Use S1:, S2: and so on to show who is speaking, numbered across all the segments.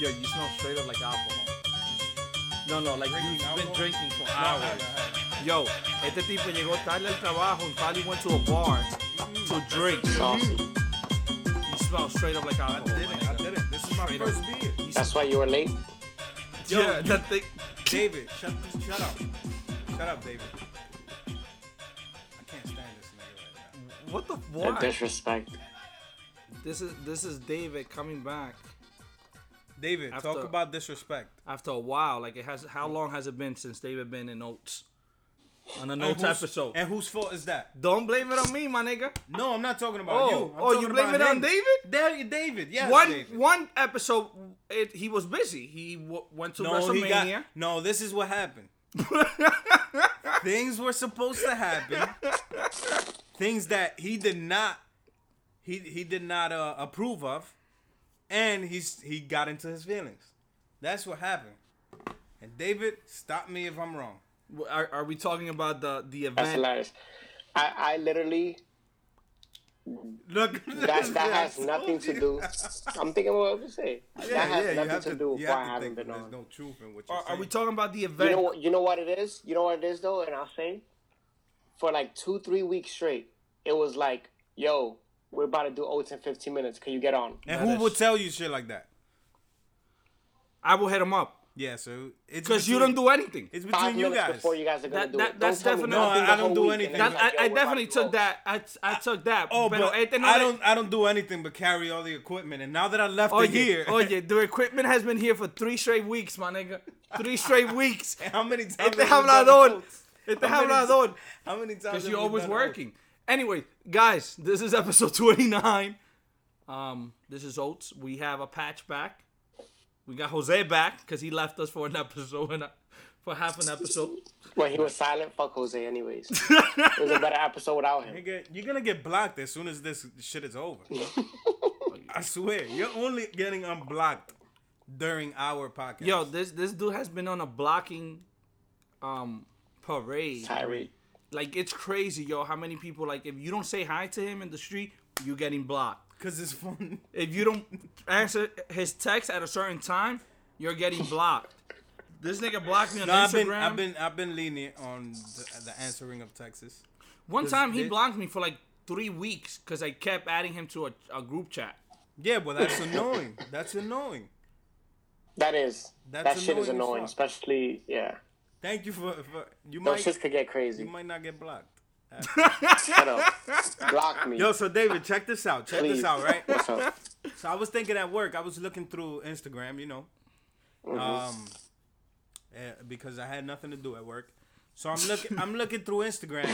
S1: Yo, you smell straight up like alcohol. No, no, like
S2: Drinking
S1: you've been
S2: alcohol? Ah.
S1: drinking for hours. Yo, este tipo llegó tarde al trabajo and probably went to a bar
S2: Mm-hmm.
S1: to drink. You smell straight up like
S2: I
S1: alcohol. my
S2: didn't. I
S1: nigga.
S2: didn't. This is my
S1: Straight
S2: first beer.
S1: You
S3: That's why you were late.
S1: smell- yeah, that thing.
S2: David, shut, shut up. Shut up, David. I can't stand this nigga right
S1: What the
S3: The
S1: fuck?
S3: disrespect.
S1: This is this is David coming back
S2: now. David, talk
S1: After-
S2: about disrespect.
S1: after a while. Like it has. How long has it been since David been in Oats? On an
S2: And
S1: Oats
S2: whose-
S1: episode.
S2: And whose fault is that?
S1: Don't blame it on me, my nigga.
S2: No, I'm not talking about
S1: Oh,
S2: you. I'm
S1: oh, you
S2: talking
S1: blame
S2: about
S1: it on
S2: him.
S1: David?
S2: Da- David, yes.
S1: one
S2: David.
S1: one episode, it, he was busy. He w- went to
S2: No, he
S1: WrestleMania.
S2: got, no, this is what happened. Things were supposed to happen. Things that he did not he he did not uh, approve of and he's he got into his feelings. That's what happened. And David, stop me if I'm wrong.
S1: W- Are, are we talking about the the
S3: That's
S1: event?
S3: hilarious. I, I literally
S2: Look,
S3: that that has nothing to do. I'm thinking what I was saying. that has nothing to, do with
S2: you
S3: why I
S2: have to
S3: haven't
S2: think
S3: been
S2: there's
S3: on.
S2: no truth in what you're
S1: Are, are
S2: saying.
S1: we talking about the event?
S3: you know what? You know what it is. You know what it is though, and I'll say, for like two three weeks straight, it was like, yo, we're about to do oats in 15 minutes. Can you get on?
S2: and
S1: That
S2: who
S1: is-
S2: would tell you shit like that?
S1: I will hit him up
S2: Yeah, so it's
S1: because you don't do anything.
S2: it's
S3: Five
S2: between you
S3: minutes
S2: guys.
S3: before you guys are gonna
S1: That-
S3: do
S1: that-
S3: it.
S1: that's
S3: don't tell me
S1: definitely-
S3: nothing
S2: No, I
S3: the
S2: don't
S3: whole
S2: do
S3: week,
S2: anything.
S3: and then
S1: That,
S3: you're like,
S1: I, I
S3: yo, we're about
S1: definitely
S3: to do
S1: took
S3: oats.
S1: that. I, I took that.
S2: Oh,
S1: pero
S2: but
S1: este no
S2: I
S1: le-
S2: don't. I don't do anything but carry all the equipment. And now that I left
S1: Oye,
S2: it here,
S1: oye, the equipment has been here for three straight weeks, my nigga. Three straight weeks.
S2: how many times?
S1: Este
S2: have we done
S1: hablador.
S2: oats?
S1: Este
S2: How many ti-
S1: hablador.
S2: How many times?
S1: Because
S2: have
S1: you're
S2: we
S1: always
S2: done
S1: working. Anyway, guys, this is episode 29. Um, this is Oates. We have a patch back. We got Jose back because he left us for an episode and a, for half an episode.
S3: When he was silent, fuck Jose. Anyways, it was a better episode without him.
S2: oats? Nigga, You're gonna get blocked as soon as this shit is over. I swear, you're only getting unblocked during our podcast.
S1: Yo, this this dude has been on a blocking um parade.
S3: Tyree.
S1: Like it's crazy, yo, how many people like if you don't say hi to him in the street, you're getting blocked.
S2: because it's fun.
S1: If you don't answer his text at a certain time, you're getting blocked. This nigga blocked me on
S2: No,
S1: Instagram.
S2: I've been, I've been, I've been lenient on the, the answering of Texas.
S1: One time he
S2: they-
S1: blocked me for like three weeks because I kept adding him to a, a group chat.
S2: Yeah, but that's annoying. That's annoying.
S3: That is.
S2: That's
S3: that shit
S2: annoying as
S3: is annoying,
S2: fuck.
S3: especially yeah.
S2: Thank you for, for you
S3: Those
S2: might,
S3: shits could get
S2: you
S3: crazy.
S2: might not get blocked.
S3: Shut up. Block me.
S2: Yo, so David, check this out. Check
S3: please.
S2: this out, right?
S3: What's up?
S2: So I was thinking at work, I was looking through Instagram, you know, um, eh, because I had nothing to do at work. So I'm looking, I'm looking through Instagram.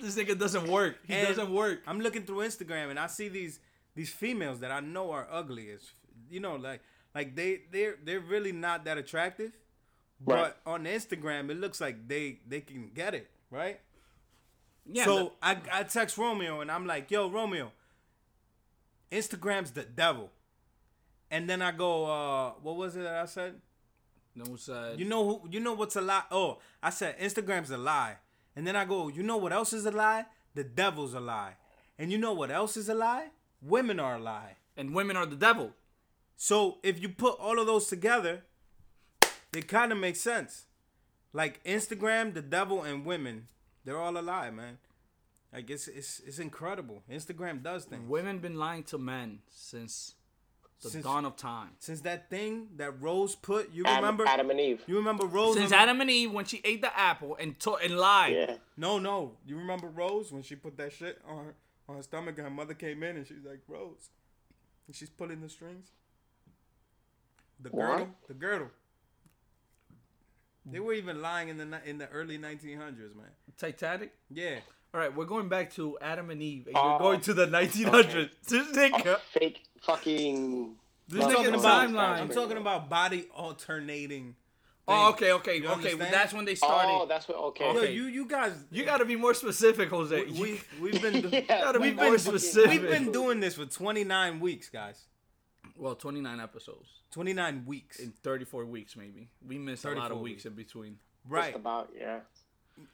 S1: This nigga doesn't work. He
S2: and
S1: doesn't work.
S2: I'm looking through Instagram, and I see these these females that I know are ugly as, you know, like like they they're they're really not that attractive,
S3: Right.
S2: but on Instagram it looks like they they can get it right.
S1: Yeah.
S2: so I, I text Romeo and I'm like, yo, Romeo, Instagram's the devil. And then I go, uh, what was it that I said?
S1: no, no side.
S2: You know who you know what's a lie? Oh, I said Instagram's a lie. And then I go, you know what else is a lie? The devil's a lie. And you know what else is a lie? Women are a lie.
S1: and women are the devil.
S2: So if you put all of those together, it kind of makes sense. Like Instagram, the devil, and women, they're all a lie, man. Like it's it's it's incredible. Instagram does things.
S1: Women been lying to men since the
S2: Since-
S1: dawn of time.
S2: Since that thing that Rose put, you
S3: Adam,
S2: remember?
S3: Adam and Eve.
S2: You remember Rose?
S1: Since
S2: on-
S1: Adam and Eve, when she ate the apple and to- and lied.
S3: Yeah.
S2: No, no. You remember Rose when she put that shit on her on her stomach and her mother came in and she's like, Rose. And she's pulling the strings. The
S3: What?
S2: girdle. The girdle.
S1: Mm.
S2: They were even lying in the ni- in the early 1900s, man.
S1: Titanic.
S2: Yeah.
S1: All right, we're going back to Adam and Eve, and
S3: Oh,
S1: you're going to the 1900s. This nigga.
S3: Fake fucking.
S1: This
S3: I'm
S1: nigga
S2: talking
S1: the
S2: about-
S1: timeline.
S2: I'm talking about body alternating.
S1: Oh, okay, okay,
S2: You
S1: okay.
S2: understand?
S1: That's when they started.
S3: Oh, that's what. Okay.
S2: Yo,
S1: Okay.
S2: you you guys
S1: you gotta be more specific, Jose.
S2: we,
S1: You
S2: we we've been do-
S3: Yeah,
S1: gotta be
S3: like,
S1: more
S3: fucking-
S1: specific.
S2: we've been doing this for 29 weeks, guys.
S1: well, 29 episodes.
S2: 29 weeks.
S1: in 34 weeks maybe we missed a lot
S2: 34
S1: of weeks
S2: weeks.
S1: in between
S3: Just
S2: Right.
S3: about yeah.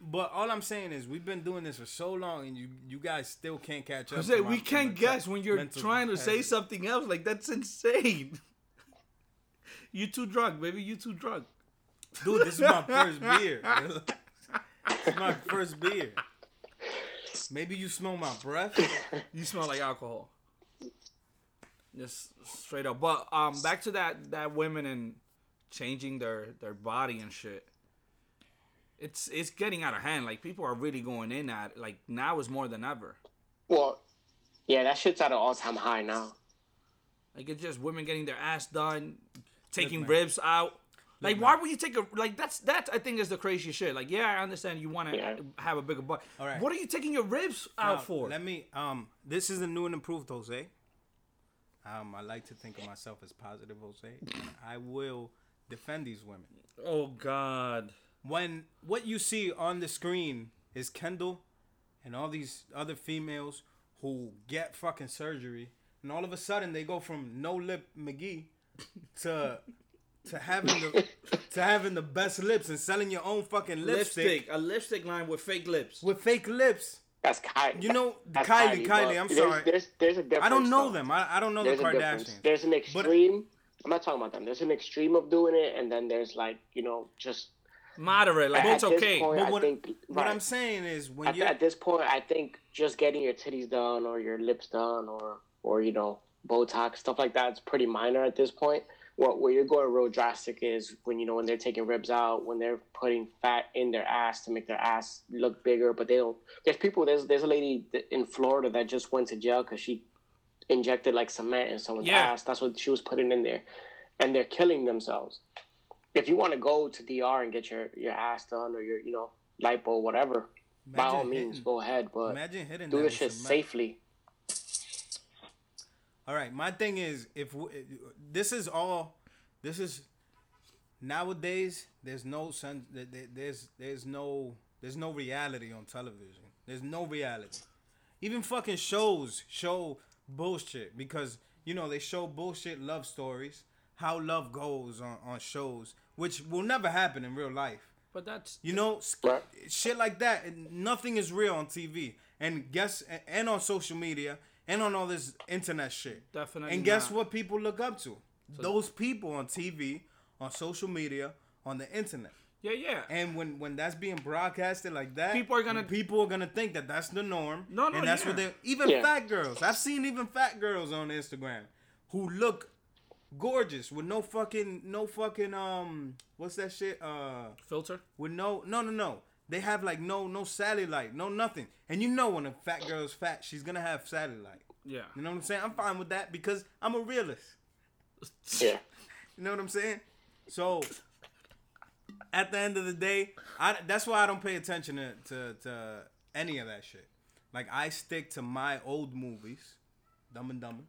S2: But all I'm saying is we've been doing this for so long, and you you guys still can't catch up.
S1: I said,
S2: to
S1: we
S2: my-
S1: can't
S2: my
S1: guess when you're
S2: mental
S1: trying to say
S2: capacity.
S1: something else. Like that's insane. you too drunk, baby. You too drunk.
S2: Dude, this is my first beer. this is my first beer. Maybe you smell my breath.
S1: You smell like alcohol. Just straight up. But um, back to that that women and changing their their body and shit. It's it's getting out of hand. Like people are really going in at it. like now is more than ever.
S3: Well, yeah, that shit's at an all time high now.
S1: Like it's just women getting their ass done, taking
S2: man.
S1: ribs out. Like why would you take a like that's that I think is the crazy shit. Like yeah, I understand you want to
S3: Yeah.
S1: have a bigger butt.
S2: All right.
S1: What are you taking your ribs out
S2: Now,
S1: for?
S2: Let me. Um, this is a new and improved Jose. Um, I like to think of myself as positive Jose. and I will defend these women.
S1: oh God.
S2: When what you see on the screen is Kendall and all these other females who get fucking surgery, and all of a sudden they go from no lip McGee to to having the to having the best lips and selling your own fucking lipstick,
S1: Lipstick, a lipstick line with fake lips.
S2: with fake lips.
S3: That's Kylie.
S2: You know,
S3: that's
S2: Kylie,
S3: bro.
S2: Kylie, I'm
S3: There's-
S2: sorry.
S3: There's, there's a difference.
S2: I don't know
S3: though.
S2: them. I, I don't know
S3: There's
S2: the
S3: a difference.
S2: Kardashians.
S3: There's an extreme. I'm not talking about them. There's an extreme of doing it, and then there's like you know just.
S1: Moderate, like
S3: at
S1: it's
S3: this
S1: okay.
S3: Point,
S2: But
S3: I
S2: what-
S3: think,
S2: What
S3: right.
S2: I'm saying is when
S3: at,
S2: you
S3: at this point, I think just getting your titties done or your lips done or or you know Botox stuff like that is pretty minor at this point. What where you're going real drastic is when you know when they're taking ribs out, when they're putting fat in their ass to make their ass look bigger, but they don't. There's people. There's there's a lady th- in Florida that just went to jail because she injected like cement in someone's
S1: Yeah.
S3: ass. That's what she was putting in there, and they're killing themselves. If you want to go to DR and get your your ass done or your you know lipo whatever, by all
S2: Imagine
S3: means,
S2: hitting-
S3: go ahead, but
S2: imagine hitting
S3: do
S2: that
S3: this
S2: with
S3: shit
S2: some-
S3: safely.
S2: All right, my thing is if w- this is all, this is nowadays. There's no sun. there- there- There's there's no there's no reality on television. There's no reality. Even fucking shows show bullshit because you know they show bullshit love stories. How love goes on on shows, which will never happen in real life.
S1: But that's
S2: You know, s-
S3: Right.
S2: shit like that. and Nothing is real on TV, and guess a- and on social media, and on all this internet shit.
S1: Definitely
S2: And guess
S1: not.
S2: what? People look up to those people on TV, on social media, on the internet.
S1: yeah, yeah.
S2: And when when that's being broadcasted like that,
S1: People are gonna-
S2: people are gonna think that that's the norm.
S1: No, no,
S2: and that's what
S1: yeah.
S2: they even
S3: Yeah.
S2: fat girls. I've seen even fat girls on Instagram who look gorgeous with no fucking no fucking um what's that shit uh
S1: Filter.
S2: with no no no no they have like no no satellite no nothing and you know when a fat girl's fat she's gonna have satellite
S1: Yeah.
S2: you know what i'm saying i'm fine with that because i'm a realist
S3: Yeah.
S2: you know what i'm saying so at the end of the day I, that's why i don't pay attention to, to, to any of that shit like i stick to my old movies dumb and dumber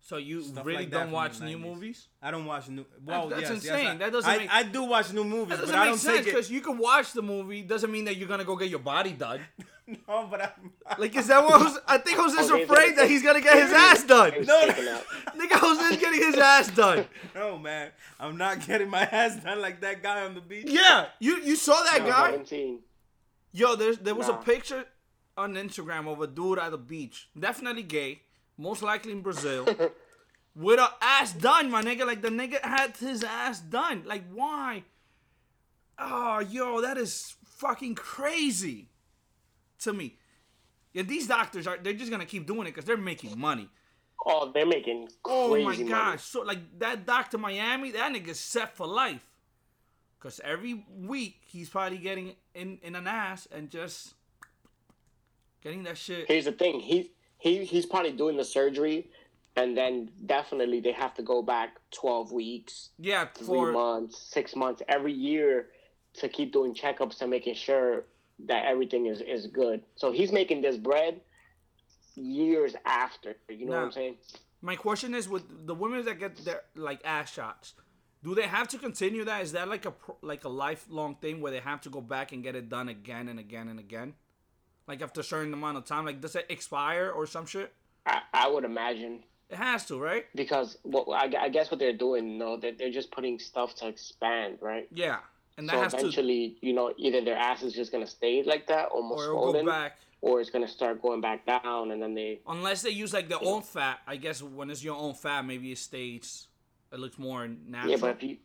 S1: So you
S2: Stuff
S1: really
S2: like that
S1: don't
S2: from
S1: watch
S2: the
S1: new
S2: 90s.
S1: movies?
S2: I don't watch new. Well,
S1: that's
S2: yes, yes,
S1: insane.
S2: I,
S1: That doesn't
S2: I,
S1: make-
S2: I do watch new movies,
S1: That
S2: but
S1: doesn't
S2: I don't
S1: make sense
S2: take it.
S1: because you can watch the movie. Doesn't mean that you're gonna go get your body done.
S2: No, but I'm.
S1: Like is that what Jose, I think Jose's afraid
S3: Jose's gonna
S1: that
S3: take-
S1: he's gonna get his ass done.
S2: No, no.
S3: Taking out.
S1: Nigga, Jose's getting his ass done.
S2: No, man. I'm not getting my ass done like that guy on the beach.
S1: Yeah, you you saw that
S3: No,
S1: guy?
S3: guaranteed.
S1: Yo, there's there was a
S3: Nah.
S1: picture on Instagram of a dude at the beach, definitely gay, most likely in Brazil, with a ass done, my nigga. Like the nigga had his ass done. Like why? Oh, yo, that is fucking crazy to me. Yeah, these doctors are—they're just gonna keep doing it because they're making money.
S3: Oh, they're making crazy
S1: Oh my
S3: money.
S1: gosh! So like that doctor Miami, that nigga's set for life. Cause every week he's probably getting in in an ass and just getting that shit.
S3: Here's the thing. He he he's probably doing the surgery, and then definitely they have to go back twelve weeks,
S1: Yeah,
S3: three
S1: for
S3: months, six months every year to keep doing checkups and making sure that everything is is good. So he's making this bread years after. You know what
S1: Nah.
S3: I'm saying?
S1: my question is with the women that get their like ass shots, do they have to continue that? Is that like a pro- like a lifelong thing where they have to go back and get it done again and again and again? Like after a certain amount of time, like does it expire or some shit?
S3: I, I would imagine
S1: It has to, right?
S3: because what I, I guess what they're doing, no, they're, they're just putting stuff to expand, right?
S1: Yeah. and that
S3: So
S1: has to
S3: eventually, you know, either their ass is just gonna stay like that,
S1: or
S3: almost
S1: it'll go
S3: swollen,
S1: back
S3: or it's gonna start going back down, and then they
S1: unless they use like their own fat. I guess when it's your own fat, maybe it stays. It looks more natural.
S3: yeah. But if you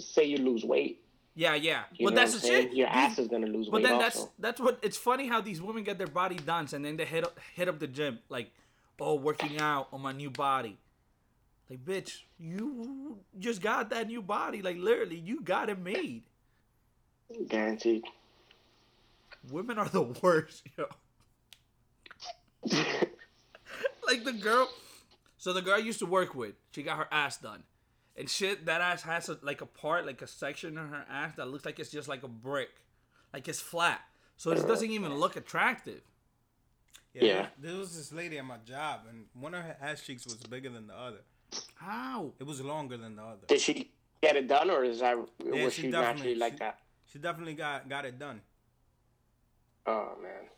S3: say you lose weight,
S1: yeah, yeah.
S3: you
S1: but
S3: know
S1: that's
S3: what
S1: the
S3: I'm saying?
S1: shit.
S3: Your
S1: These-
S3: ass is gonna lose
S1: But
S3: weight
S1: then that's
S3: also.
S1: that's what it's funny how these women get their body done and then they hit up, hit up the gym like, oh, working out on my new body. Like, bitch, you just got that new body. Like, literally, you got it made.
S3: Guaranteed.
S1: Women are the worst, yo. like the girl. So the girl I used to work with, she got her ass done, and shit. That ass has a, like a part, like a section in her ass that looks like it's just like a brick, like it's flat. So it doesn't even look attractive.
S2: Yeah.
S3: Yeah.
S2: There was this lady at my job, and one of her ass cheeks was bigger than the other.
S1: How?
S2: It was longer than the other.
S3: Did she get it done, or is that was
S2: she definitely-
S3: she naturally like
S2: she-
S3: that?
S2: She definitely got got it done.
S3: Oh man,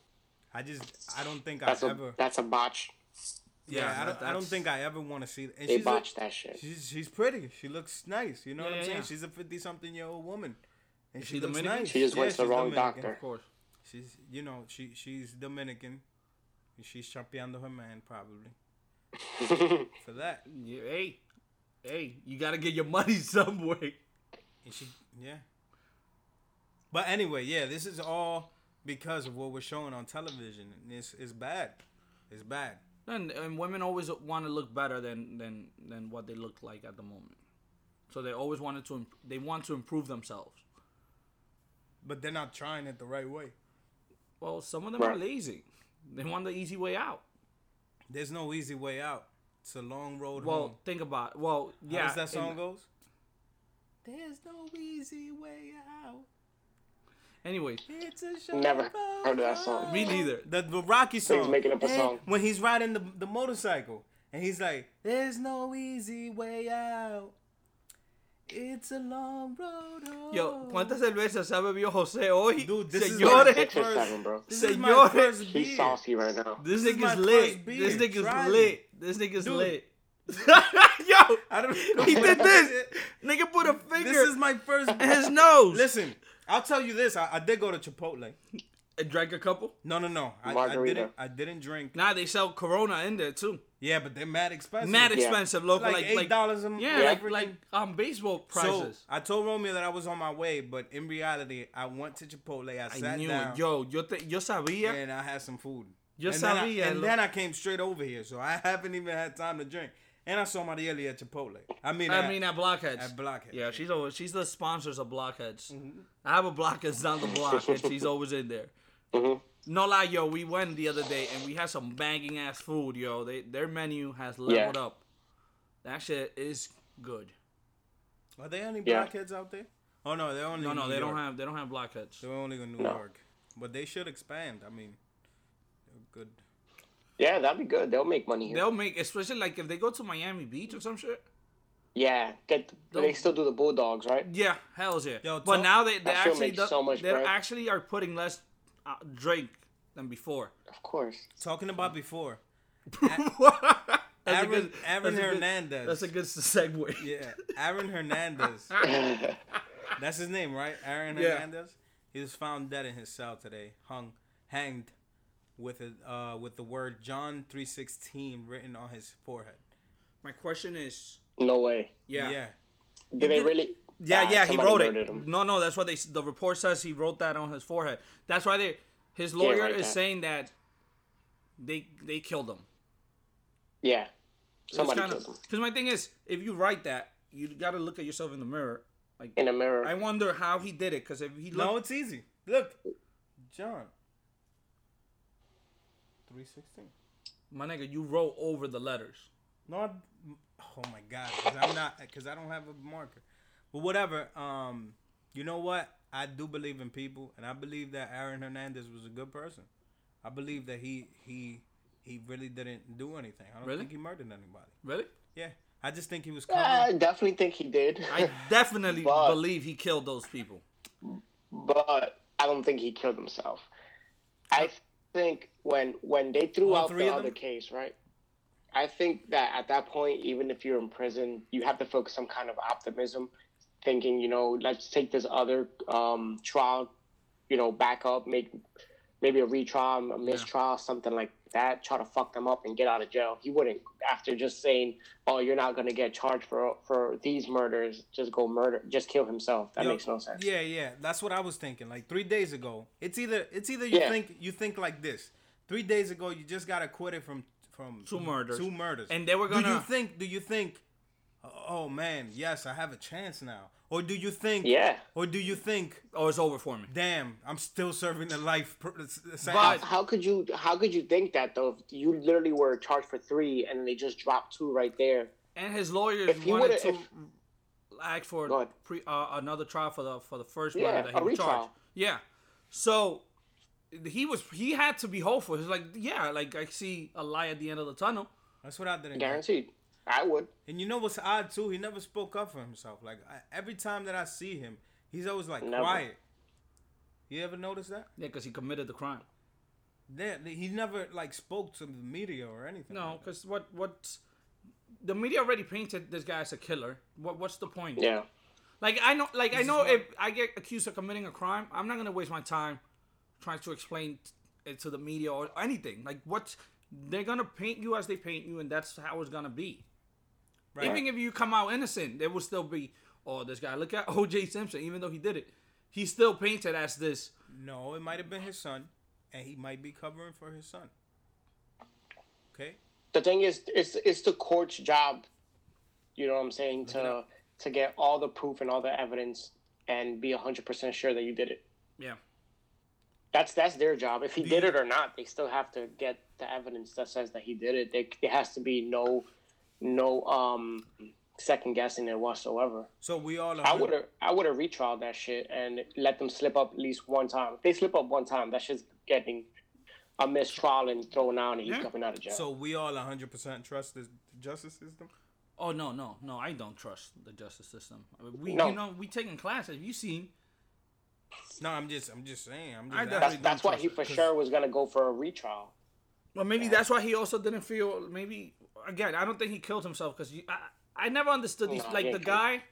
S2: I just I don't think
S3: that's
S2: I
S3: a
S2: ever.
S3: that's a botch.
S2: Yeah,
S1: Yeah,
S2: I don't. I don't
S1: that's-
S2: think I ever want to see. And
S3: They
S2: she's a-
S3: botched that shit.
S2: She's she's pretty. She looks nice. You know what
S1: Yeah,
S2: I'm
S1: yeah,
S2: saying?
S1: yeah.
S2: She's a fifty something year old woman, and she,
S1: she
S2: looks
S1: Dominican?
S2: nice.
S1: She
S3: just went to the
S2: she's
S3: wrong
S2: Dominican.
S1: Of
S3: doctor.
S1: course.
S2: She's you know she she's Dominican. And She's chapeando her man probably for that.
S1: Yeah, hey, hey, you gotta get your money somewhere.
S2: And she yeah. But anyway, yeah, this is all because of what we're showing on television. And it's it's bad. It's bad.
S1: And, and women always want to look better than than than what they look like at the moment. So they always wanted to. Imp- they want to improve themselves.
S2: But they're not trying it the right way.
S1: Well, some of them are
S3: Right.
S1: lazy. They want the easy way out.
S2: There's no easy way out. It's a long road
S1: Well,
S2: home.
S1: think about well, yeah.
S2: Mm. How does that song
S1: and-
S2: goes? There's no easy way out.
S1: Anyway,
S2: It's a show.
S3: Never heard of that song.
S1: me neither.
S2: The, the Rocky song.
S3: making up a
S2: Eh,
S3: song.
S2: When he's riding the, the motorcycle and he's like, There's no easy way out. It's a long road home.
S1: Yo, ¿cuántas cervezas ha bebido José hoy?
S2: Dude, this is
S1: Señores,
S2: my
S3: Six or
S2: first-
S3: seven, bro.
S2: This is my
S1: Señores.
S2: first
S3: He's
S2: beer.
S3: saucy right now.
S1: this
S2: this is my
S1: nigga's
S2: first
S1: lit.
S2: beer.
S1: This
S2: Try
S1: nigga's
S2: me.
S1: lit. This nigga's
S2: Dude.
S1: lit. Yo,
S2: I don't
S1: he did this. Nigga put a finger
S2: This is my first
S1: in his nose.
S2: Listen, I'll tell you this. I, I did go to Chipotle.
S1: and drank a couple.
S2: No, no, no. I, I
S3: Margarita.
S2: didn't. I didn't drink.
S1: Now they sell Corona in there too.
S2: Yeah, but they're mad expensive.
S1: Mad expensive, local,
S2: Like
S1: like
S2: eight dollars a
S1: like,
S2: month.
S1: yeah, like like um baseball
S2: So
S1: prices.
S2: I told Romeo that I was on my way, but in reality, I went to Chipotle. I
S1: I
S2: sat
S1: knew
S2: down
S1: it. Yo, yo, te, yo sabía.
S2: and I had some food.
S1: Yo
S2: and then I-
S1: sabía,
S2: and
S1: lo-
S2: then I came straight over here, so I haven't even had time to drink. And I saw Marieli at Chipotle. I mean,
S1: I mean, at Blockheads.
S2: at Blockheads.
S1: Yeah, she's always she's the sponsors of Blockheads.
S3: Mm-hmm.
S1: I have a Blockheads down the block, and she's always in there.
S3: Mhm.
S1: No lie, yo, we went the other day and we had some banging ass food, yo. They their menu has leveled
S3: Yeah.
S1: up. That shit is good.
S2: Are there any
S3: Yeah.
S2: Blockheads out there? Oh no, they're only
S1: No,
S2: in
S1: no,
S2: New
S1: they
S2: York.
S1: don't have they don't have Blockheads.
S2: They're only in New
S3: No.
S2: York, but they should expand. I mean, they're good.
S3: Yeah, that'd be good. They'll make money here.
S1: They'll make especially like if they go to Miami Beach or some shit.
S3: Yeah, get they still do the bulldogs, right?
S1: Yeah, hell's yeah.
S2: Yo,
S1: but
S2: tell-
S1: now they they
S3: That shit
S1: actually
S3: makes
S1: do-
S3: so much
S1: they
S3: bread.
S1: actually are putting less uh, drink than before.
S3: Of course.
S2: Talking about before,
S1: That's a
S2: Aaron-
S1: good-
S2: Aaron
S1: that's a good-
S2: Hernandez.
S1: That's a good segue.
S2: yeah, Aaron Hernandez. That's his name, right? Aaron
S1: Yeah.
S2: Hernandez. He was found dead in his cell today, hung, hanged, with a, uh, with the word John three sixteen written on his forehead.
S1: My question is,
S3: No way.
S1: yeah, yeah,
S2: yeah.
S3: Did they really?
S1: yeah,
S3: Nah,
S1: he
S3: somebody
S1: wrote
S3: murdered
S1: it.
S3: him.
S1: No, no, that's what they. The report says he wrote that on his forehead. That's why they. His lawyer
S3: write
S1: is
S3: that.
S1: saying that they they killed him.
S3: Yeah.
S1: It's
S3: Somebody
S1: kinda-
S3: killed him
S1: Because my thing is, if you write that, you got to look at yourself in the mirror. Like,
S3: in a mirror.
S1: I wonder how he did it. Because if he
S2: No,
S1: looked,
S2: it's easy. Look, John. Three sixteen.
S1: my nigga, you wrote over the letters.
S2: No, I, oh my god, because I'm not because I don't have a marker. But whatever. Um, you know what? I do believe in people, and I believe that Aaron Hernandez was a good person. I believe that he he he really didn't do anything. I don't
S1: Really?
S2: think he murdered anybody.
S1: Really?
S2: Yeah, I just think he was
S3: Yeah, I
S2: covered.
S3: definitely think he did,
S1: I definitely
S3: But-
S1: believe he killed those people.
S3: but I don't think he killed himself. I think when when they threw
S2: All
S3: out
S2: three
S3: the
S2: of
S3: other
S2: them?
S3: case, right? I think that at that point, even if you're in prison, you have to focus some kind of optimism thinking, you know, let's take this other um, trial, you know, back up, make maybe a retrial, a mistrial, something like that, try to fuck them up and get out of jail. He wouldn't after just saying, "Oh, you're not gonna get charged for for these murders. Just go murder. Just kill himself." That
S2: Yo,
S3: makes no sense.
S2: Yeah, yeah, that's what I was thinking. Like three days ago, it's either it's either you
S3: Yeah.
S2: think you think like this. Three days ago, you just got acquitted from from
S1: Two murders.
S2: Two murders,
S1: And they were
S2: Do you
S1: gonna-
S2: think? Do you think? Oh man, yes, I have a chance now. Or do you think?
S3: Yeah.
S2: Or do you think?
S1: Oh, it's over for me.
S2: Damn, I'm still serving a life pr- s-
S1: But-
S2: sentence.
S3: How could you? How could you think that though? If you literally were charged for three, and they just dropped two right there.
S1: And his lawyers
S3: If he
S1: wanted
S3: would've-
S1: to
S3: if-
S1: ask for
S3: Go ahead.
S1: pre, uh, another trial for the for the first
S3: Yeah,
S1: murder that
S3: a
S1: he was charged.
S3: retrial.
S1: Yeah. So he was he had to be hopeful. He's like, yeah, like I see a light at the end of the tunnel.
S2: That's what I didn't. get.
S3: Guaranteed. I would.
S2: And you know what's odd too? He never spoke up for himself. Like I, every time that I see him, he's always like
S3: Never.
S2: quiet. You ever notice that?
S1: Yeah, because he committed the crime.
S2: Yeah, he never like spoke to the media or anything.
S1: No,
S2: like that.
S1: because what what the media already painted this guy as a killer. What what's the point?
S3: Yeah.
S1: Like I know, like I know,
S2: why-
S1: if I get accused of committing a crime, I'm not gonna waste my time trying to explain t- it to the media or anything. Like what's they're gonna paint you as they paint you, and that's how it's gonna be.
S2: Right.
S1: Even if you come out innocent, there will still be oh this guy. Look at O.J. Simpson, even though he did it, he's still painted as this.
S2: no, it might have been his son, and he might be covering for his son. Okay.
S3: the thing is it's it's the court's job you know what i'm saying to to get all the proof and all the evidence and be 100% sure that you did it
S1: Yeah,
S3: that's that's their job if he did it or not they still have to get the evidence that says that he did it they, there has to be no no um second guessing it whatsoever
S2: So we all.
S3: i would have i would have retried that shit and let them slip up at least one time if they slip up one time that shit's getting a mistrial and thrown out and he's
S1: Yeah.
S3: coming out of jail
S2: So we all 100% trust the justice system.
S1: Oh no, no, no! I don't trust the justice system. I mean, We,
S3: No.
S1: you know, we taking classes. You seen?
S2: No, I'm just, I'm just saying. I'm just
S1: I
S2: asking.
S1: definitely
S3: that's, that's why he for sure was gonna go for a retrial.
S1: Well, maybe that's why he also didn't feel. Maybe again, I don't think he killed himself because I, I never understood these.
S3: No,
S1: like
S3: yeah,
S1: the
S3: he-
S1: guy,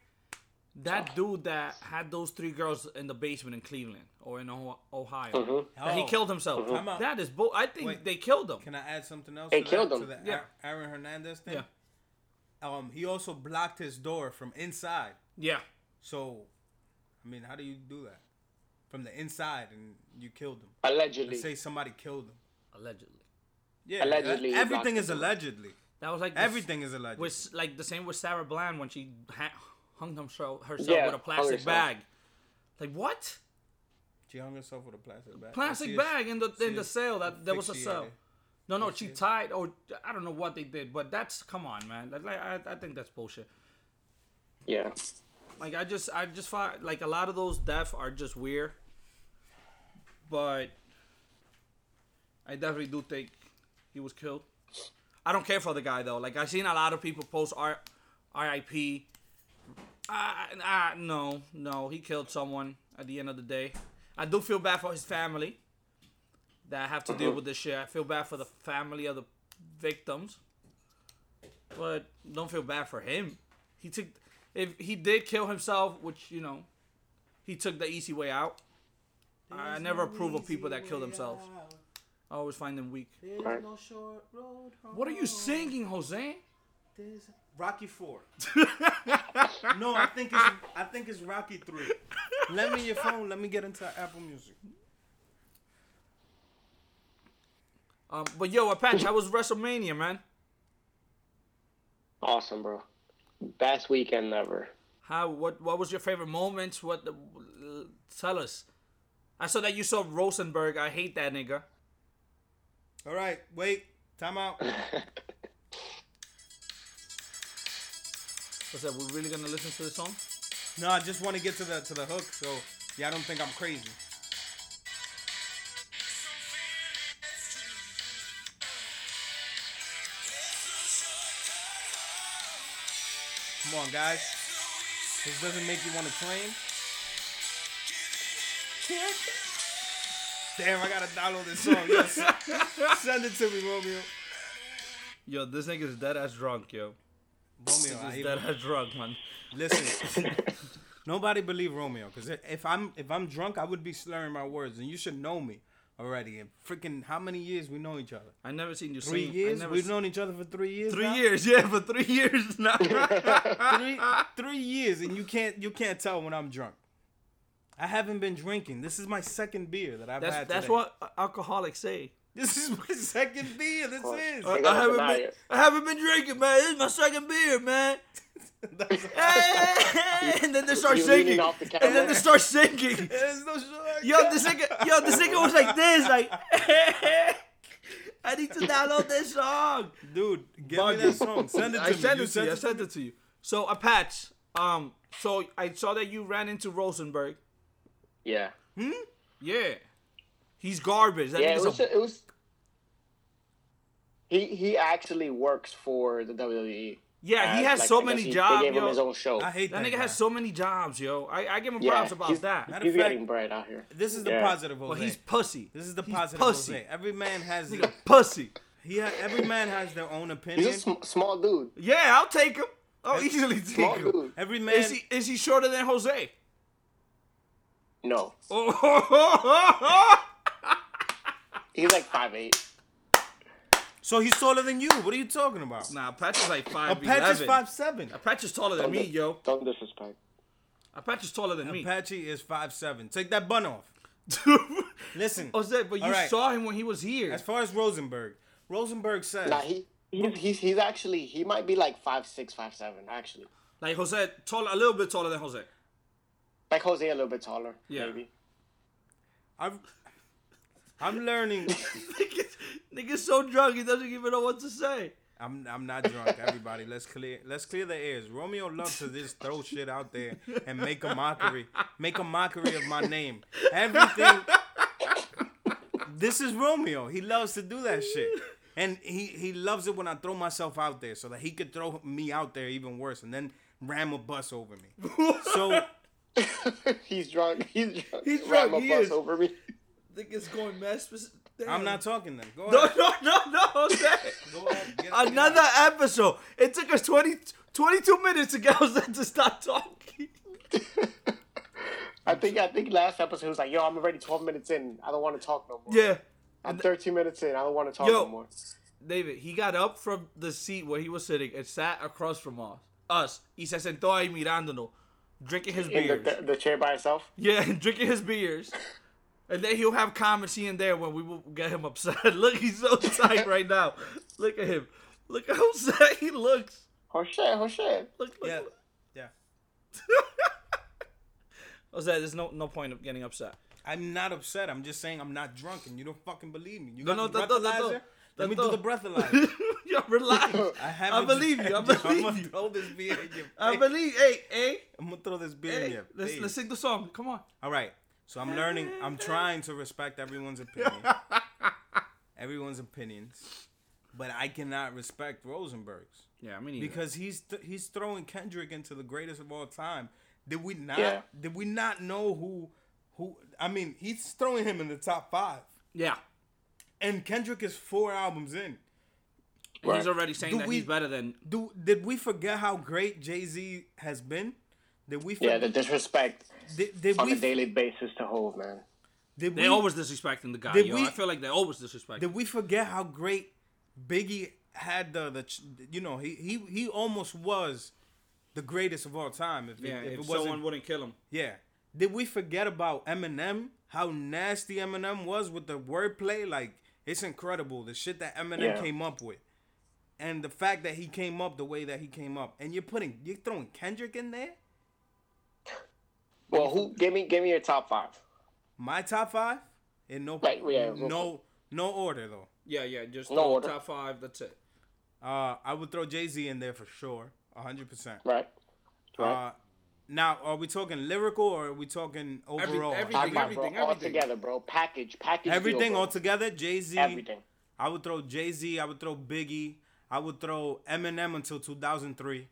S1: that dude that had those three girls in the basement in Cleveland or in Ohi- Ohio,
S3: Mm-hmm.
S1: that he
S2: Oh.
S1: killed himself.
S2: Time out.
S1: That is bull. I think
S2: Wait.
S1: they killed him.
S2: Can I add something else?
S3: They
S2: to
S3: killed
S2: that,
S3: him.
S2: To the
S1: Yeah.
S2: A- Aaron Hernandez thing.
S1: Yeah,
S2: Um, he also blocked his door from inside.
S1: yeah.
S2: So, I mean, how do you do that from the inside and you killed him?
S3: Allegedly,
S2: Let's say somebody killed him.
S1: Allegedly,
S2: Yeah,
S3: Allegedly,
S2: e-
S3: he
S2: everything
S3: blocked
S2: is
S3: the door.
S2: allegedly.
S1: that was like this-
S2: Everything is allegedly.
S1: was like the same with Sarah Bland when she ha- hung himself herself
S3: Yeah,
S1: with a
S3: hung
S1: plastic
S3: herself.
S1: bag. Like what?
S2: she hung herself with a plastic bag.
S1: Plastic
S2: She is
S1: bag in the in the
S2: is
S1: cell that there was a cell.
S2: asphyxiated.
S1: No, no, she tied or I don't know what they did, but that's come on, man. Like, like, I, I think that's bullshit.
S3: yeah.
S1: Like I just I just find like a lot of those deaths are just weird. But I definitely do think he was killed. I don't care for the guy though. Like I've seen a lot of people post R, RIP. Ah, ah, no, no, he killed someone. At the end of the day, I do feel bad for his family. That have to deal with this shit. I feel bad for the family of the victims. But don't feel bad for him. He took if he did kill himself, which you know, he took the easy way out. I never approve of people that kill themselves. I always find them weak.
S3: Right.
S1: What are you singing, Jose?
S2: Rocky Four. no, I think it's I think it's Rocky Three. Let me your phone. Let me get into Apple Music.
S1: Um, but yo, Apache, I was WrestleMania, man.
S3: Awesome, bro. Best weekend ever.
S1: How? What? What was your favorite moments? What? The, tell us. I saw that you saw Rosenberg. I hate that nigga.
S2: All right, wait. Time out.
S1: What's that? We're really gonna listen to this song?
S2: No, I just want to get to the to the hook. So yeah, I don't think I'm crazy. Come on, guys. This doesn't make you want to train. Damn, I gotta download this song. Yes. Send it to me, Romeo.
S1: Yo, this nigga's dead ass drunk, yo.
S2: Romeo, I
S1: Dead ass drunk, man.
S2: listen. Nobody believe Romeo, cause if I'm if I'm drunk, I would be slurring my words, and you should know me already. And freaking, how many years we know each other?
S1: I never seen you
S2: Three
S1: sing. I
S2: years.
S1: never
S2: We've
S1: se-
S2: known each other for three years.
S1: three
S2: now?
S1: years, yeah, for three years now.
S2: three, three years, and you can't you can't tell when I'm drunk. I haven't been drinking. This is my second beer that I've
S1: that's
S2: had.
S1: that's
S2: today.
S1: what alcoholics say.
S2: This is my second beer. This is.
S1: I,
S3: They
S1: I
S3: gotta
S1: haven't
S3: deny
S1: been,
S3: it.
S1: I haven't been drinking, man. This is my second beer, man.
S2: That's-
S1: and then they start
S3: You
S1: singing.
S3: leaning off the
S1: And then they
S3: camera.
S1: start singing.
S2: There's no shortcut.
S1: Yo, the nigga, yo, the nigga was like this, like. I need to download this song.
S2: dude, give
S1: Bug
S2: me that
S1: it.
S2: song. Send it to
S1: I
S2: me.
S1: sent it to
S2: sent
S1: you. I sent it to you. So, Apache. Um. So I saw that you ran into Rosenberg.
S3: Yeah.
S1: Yeah. He's garbage. That
S3: Yeah, it
S1: nigga's
S3: was,
S1: a-
S3: it was. He he actually works for the WWE.
S1: yeah. He
S3: Uh,
S1: has to
S3: like,
S1: so
S3: I guess
S1: many
S3: he-
S1: jobs.
S3: They gave
S1: yo.
S3: him his own show.
S2: I hate
S1: That
S2: that.
S1: nigga
S2: guy.
S1: has so many jobs, yo. I, I give him
S3: yeah,
S1: props about
S3: he's,
S1: that.
S2: Matter
S3: He's
S2: of fact-
S3: getting bright out here.
S2: This is the
S3: Yeah.
S2: positive Jose.
S1: But he's pussy.
S2: this is the
S1: He's
S2: positive
S1: pussy.
S2: Jose. Every man has
S1: Nigga, pussy.
S2: he ha- every man has their own
S3: He's a
S2: opinion.
S3: sm- small dude.
S1: Yeah, I'll take him. I'll easily take
S3: Small
S1: him.
S3: dude.
S2: Every man
S1: Is he is he shorter than Jose?
S3: No,
S1: Oh,
S3: he's like five eight.
S2: So he's taller than you. What are you talking about?
S1: nah, Apache's like five
S2: Apache's
S1: eleven.
S2: five seven.
S1: Apache's taller than me, yo.
S3: Don't disrespect.
S1: Apache's taller than me.
S2: Apache is five seven. Take that bun off. Listen.
S1: Jose, but you
S2: All right.
S1: saw him when he was here.
S2: As far as Rosenberg, Rosenberg says
S3: Nah, he he's, he's he's actually he might be like five six, five seven actually.
S1: Like Jose, taller, a little bit taller than Jose.
S3: Like Jose, a little bit taller.
S1: Yeah.
S3: Maybe.
S2: I've, I'm learning.
S1: Nigga's, nigga's so drunk he doesn't even know what to say.
S2: I'm I'm not drunk. Everybody, let's clear let's clear the airs. Romeo loves to just throw shit out there and make a mockery, make a mockery of my name. Everything. This is Romeo. He loves to do that shit, and he he loves it when I throw myself out there so that he could throw me out there even worse and then ram a bus over me. So
S3: he's drunk. He's drunk.
S1: He's
S3: Ram
S1: drunk,
S3: a
S1: he
S3: bus
S1: is.
S3: over me.
S1: Nigga's going mad. spec-
S2: I'm
S1: Damn.
S2: not talking then. Go
S1: No,
S2: ahead.
S1: no, no, no, Jose.
S2: Go ahead. Get-
S1: Another episode. It took us 20, 22 minutes to get Jose to stop talking.
S3: I think I think last episode he was like, "Yo, I'm already 12 minutes in. I don't want to talk no more.
S1: Yeah.
S3: I'm 13 minutes in. I don't want to talk
S1: Yo.
S3: no more."
S1: David, he got up from the seat where he was sitting and sat across from us. Us. Y se sentó ahí mirándonos, drinking his
S3: In the,
S1: beers.
S3: the, the chair by itself.
S1: Yeah, and drinking his beers. And then he'll have comments here and there when we will get him upset. Look, he's so tight right now. Look at him. Look how upset he looks.
S3: Jose, Jose.
S1: Look, look,
S2: Yeah,
S1: look.
S2: yeah.
S1: Jose, there's no no point of getting upset.
S2: I'm not upset. I'm just saying I'm not drunk, and you don't fucking believe me. You
S1: No,
S2: got
S1: no,
S2: the
S1: that, that, that,
S2: breathalyzer?
S1: that,
S2: Let me do the breathalyzer.
S1: Yo, relax.
S2: I
S1: I,
S2: haven't.
S1: believe you. I
S2: drank. I'm
S1: believe
S2: gonna
S1: you.
S2: throw this beer in your face.
S1: I believe. Hey, hey,
S2: I'm gonna throw this beer in
S1: hey.
S2: your
S1: Let's
S2: face.
S1: let's sing the song. Come on.
S2: All right. So I'm learning. I'm trying to respect everyone's opinion. everyone's opinions, but I cannot respect Rosenberg's
S1: Yeah, I mean
S2: because he's th- he's throwing Kendrick into the greatest of all time. Did we not?
S3: Yeah.
S2: Did we not know who who? I mean, he's throwing him in the top five,
S1: yeah,
S2: and Kendrick is four albums in.
S1: And
S3: Right.
S1: he's already saying
S2: Do
S1: that
S2: we-
S1: he's better than.
S2: Do did we forget how great Jay Z has been? Did we?
S3: Yeah,
S2: Forget,
S3: the disrespect
S2: did, did
S3: on
S2: we?
S3: a daily basis to hold, man.
S2: Did
S1: They
S2: we,
S1: always disrespecting the guy.
S2: Did
S1: Yo,
S2: we-
S1: I feel like they always disrespecting.
S2: did we forget how great Biggie had the the ch- you know he he he almost was the greatest of all time. If
S1: yeah,
S2: it, if,
S1: if,
S2: it wasn't,
S1: someone wouldn't kill him.
S2: yeah. Did we forget about Eminem? How nasty Eminem was with the wordplay? Like it's incredible the shit that Eminem
S3: Yeah.
S2: came up with, and the fact that he came up the way that he came up. And you're putting you're throwing Kendrick in there.
S3: Well, who? Give me, give me your top five.
S2: My top five in no
S3: Right, yeah, real
S2: no no order though.
S1: Yeah, yeah, just
S3: No
S1: throw
S3: order.
S1: top five. That's it.
S2: Uh, I would throw Jay Z in there for sure, hundred percent.
S3: Right. Right.
S2: Uh, now are we talking lyrical or are we talking
S1: Every-
S2: overall?
S1: everything,
S3: Top five,
S1: everything,
S3: bro. All
S1: everything.
S3: together, bro. Package, package.
S2: Everything
S3: deal, bro.
S2: altogether. Jay Z.
S3: Everything.
S2: I would throw Jay Z. I would throw Biggie. I would throw Eminem until 2003.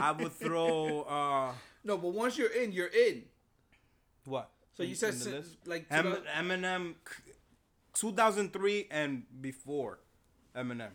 S2: I would throw uh,
S1: No, but once you're in, you're in.
S2: what?
S1: So you said si- like two
S2: Em-
S1: thou-
S2: Eminem, 2003 and before Eminem.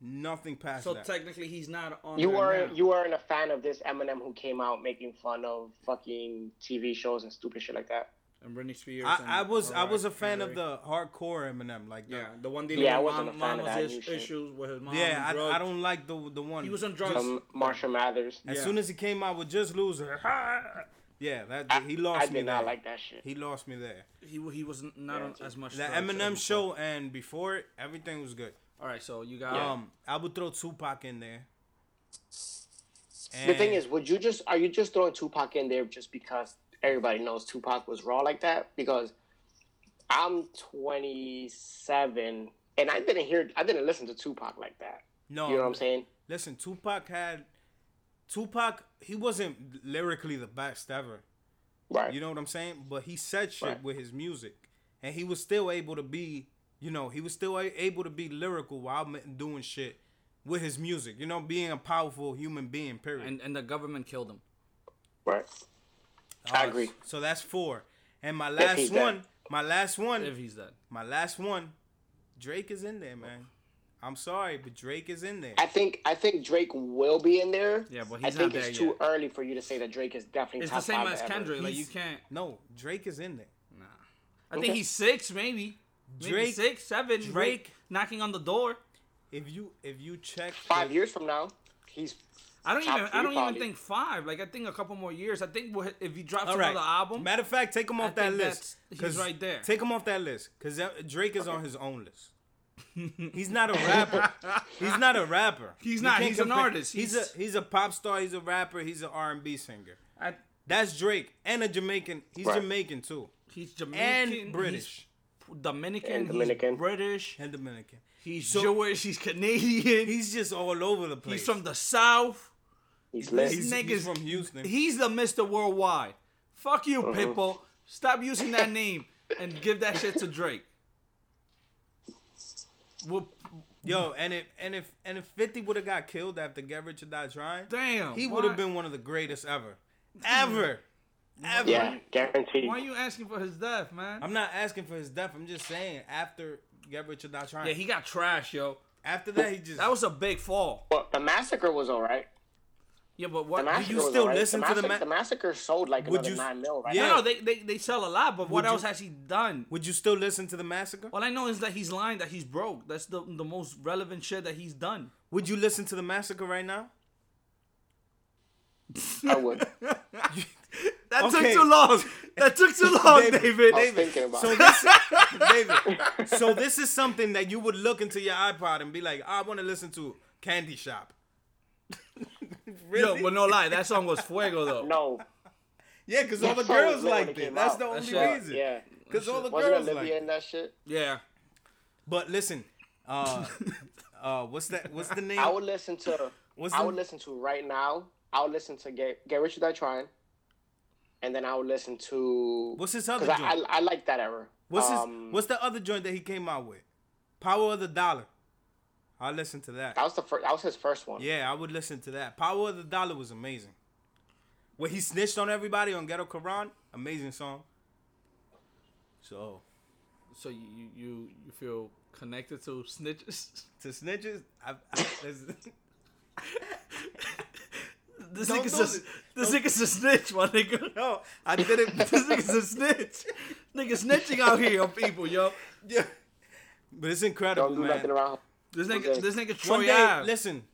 S2: Nothing past
S1: So
S2: that.
S1: technically, he's not on.
S3: You
S1: there
S3: were
S1: now.
S3: you weren't a fan of this Eminem who came out making fun of fucking TV shows and stupid shit like that.
S1: and Britney Spears. and-
S2: I, I was I
S1: alright,
S2: was a fan
S1: Hillary.
S2: of the hardcore Eminem, like the,
S1: Yeah,
S2: yeah,
S1: the one dealing
S3: Yeah, I
S1: with
S3: wasn't a
S1: mom,
S3: fan
S1: mama's
S3: of that
S1: is-
S3: new shit.
S1: issues with his mom.
S2: yeah.
S1: and
S2: I, I
S1: Um, drugs.
S2: don't like the the one.
S1: He was on drugs.
S3: Um, Marshall Mathers.
S2: As
S1: Yeah.
S2: soon as he came out with Just Lose, yeah, that
S3: I-
S2: he lost
S3: I did
S2: me
S3: not
S2: there.
S3: like that shit.
S2: He lost me there.
S1: he wa- he was n- not
S3: Yeah,
S1: on
S3: too.
S1: as much.
S2: The
S1: drugs
S2: Eminem
S1: as-
S2: show and before it, everything was good.
S1: All right, so you got
S2: Um, I would throw Tupac in there.
S3: The thing
S2: And-
S3: is, would you just are you just throwing Tupac in there just because everybody knows Tupac was raw like that? Because I'm 27 and I didn't hear I didn't listen to Tupac like that.
S2: no,
S3: You know what I'm saying?
S2: Listen, Tupac had Tupac. He wasn't lyrically the best ever.
S3: Right.
S2: You know what I'm saying? But he said shit
S3: Right.
S2: with his music, and he was still able to be, you know, he was still a- able to be lyrical while ma- doing shit with his music. You know, being a powerful human being. Period.
S1: and and the government killed him.
S3: right. I
S2: Uh,
S3: agree.
S2: So that's four. And my last
S3: he's
S2: one,
S3: dead.
S2: my last
S1: If
S2: one,
S1: he's dead,
S2: my last one. Drake is in there, man. I'm sorry, but Drake is in there.
S3: I think I think Drake will be in there.
S1: Yeah, but
S3: I
S1: he's not
S3: think
S1: there
S3: it's too
S1: yet.
S3: early for you to say that Drake is definitely
S1: it's the
S3: top
S1: same
S3: five
S1: as
S3: ever.
S1: Kendrick. Like you
S2: He's-
S1: can't.
S2: No, Drake is in there.
S1: Nah. I think he's six, maybe. Maybe
S2: Drake-
S1: six, seven. Drake
S2: Drake-
S1: knocking on the door.
S2: If you if you check
S3: Five
S2: the-
S3: years from now, he's
S1: I don't
S3: Top
S1: even. I
S3: three,
S1: don't even
S3: probably.
S1: think five. Like I think a couple more years. I think we'll- if he drops
S2: All right.
S1: another album,
S2: Matter of fact, take him off that
S1: think
S2: list.
S1: that's- he's
S2: 'cause-
S1: right there.
S2: Take him off that list because Drake is on his own list. he's not a rapper. he's not a rapper.
S1: He's
S2: You
S1: not.
S2: can't
S1: He's an artist.
S2: He's,
S1: He's-
S2: a he's a pop star. He's a rapper. He's an R and B singer.
S1: I,
S2: That's Drake and a Jamaican. He's
S3: Right.
S2: Jamaican too
S1: he's Jamaican,
S2: and
S1: he's
S2: British
S1: Dominican,
S3: And
S1: he's
S3: Dominican.
S1: British.
S2: and Dominican.
S1: He's
S2: So-
S1: Jewish. He's Canadian. He's,
S2: He's just all over the place.
S1: from the South.
S3: he's lit.
S1: This
S2: He's-
S1: nigga's
S2: he's from Houston.
S1: He's the Mister Worldwide. Fuck you,
S3: Uh-huh.
S1: Pitbull. Stop using that name and give that shit to Drake. Well,
S2: Yo, and if and if and if Fifty would have got killed after Get Rich or Die Trying,
S1: damn.
S2: he
S1: why-
S2: would have been one of the greatest ever, ever, ever.
S3: yeah, guaranteed.
S1: Why are you asking for his death, man?
S2: I'm not asking for his death. I'm just saying after Get Rich or Die Trying.
S1: yeah, he got trash, yo.
S2: after that he just.
S1: That was a big fall.
S3: Well, the massacre was all right.
S1: Yeah, but
S3: The
S1: what?
S3: massacre
S2: you
S3: was
S2: still
S3: all right.
S2: listen
S3: the
S2: to the
S3: massacre,
S2: ma-
S3: the massacre sold like
S2: Would
S3: another
S2: you-
S3: nine mil, right?
S2: yeah.
S1: No, no, they, they they sell a lot, but what
S2: Would you-
S1: else has he done?
S2: would you still listen to the massacre?
S1: All I know is that he's lying, that he's broke. That's the the most relevant shit that he's done.
S2: Would you listen to the massacre right now?
S3: I would.
S1: That
S2: Okay.
S1: took too long. That took too long,
S2: David,
S1: Oh, David.
S3: I was thinking about
S2: So
S3: it.
S2: this, David, so this is something that you would look into your iPod and be like, "Oh, I want to listen to Candy Shop.
S1: Yo, well, no lie, that song was fuego though.
S3: No,
S2: Yeah, because all the
S3: That song was
S2: girls
S3: lit when
S2: liked
S3: it
S2: it.
S3: came
S2: That's
S3: out.
S2: the
S3: That
S2: only
S1: shit-
S2: reason.
S3: yeah.
S2: Because all the
S3: Wasn't
S2: girls
S3: Olivia
S2: liked
S3: in
S2: it.
S3: that shit?
S1: Yeah,
S2: But listen, uh, uh, what's that? What's the name?
S3: I would listen to.
S2: What's
S3: I
S2: the-
S3: would listen to right now. I would listen to Get Get Rich or Die Trying, and then I would listen to.
S2: What's his other
S3: Because I,
S2: joint?
S3: I I like that era.
S2: What's his,
S3: um,
S2: What's the other joint that he came out with? Power of the Dollar. I listen to that.
S3: That was the first. That was his first one.
S2: Yeah, I would listen to that. Power of the Dollar was amazing. When he snitched on everybody on Ghetto Quran, amazing song. So
S1: so you you- you you feel connected to snitches.
S2: to snitches, I, I, listen,
S1: This
S2: Don't
S1: nigga's
S2: do
S1: a,
S2: this.
S1: this nigga's a snitch, my nigga.
S2: no, oh, I didn't.
S1: This nigga's a snitch. Nigga snitching out here on people, yo.
S2: yeah. But it's incredible,
S3: Don't do
S2: man.
S3: nothing around.
S1: This nigga,
S3: Okay.
S1: this nigga
S2: One
S1: Troy
S2: day,
S1: Ave.
S2: listen.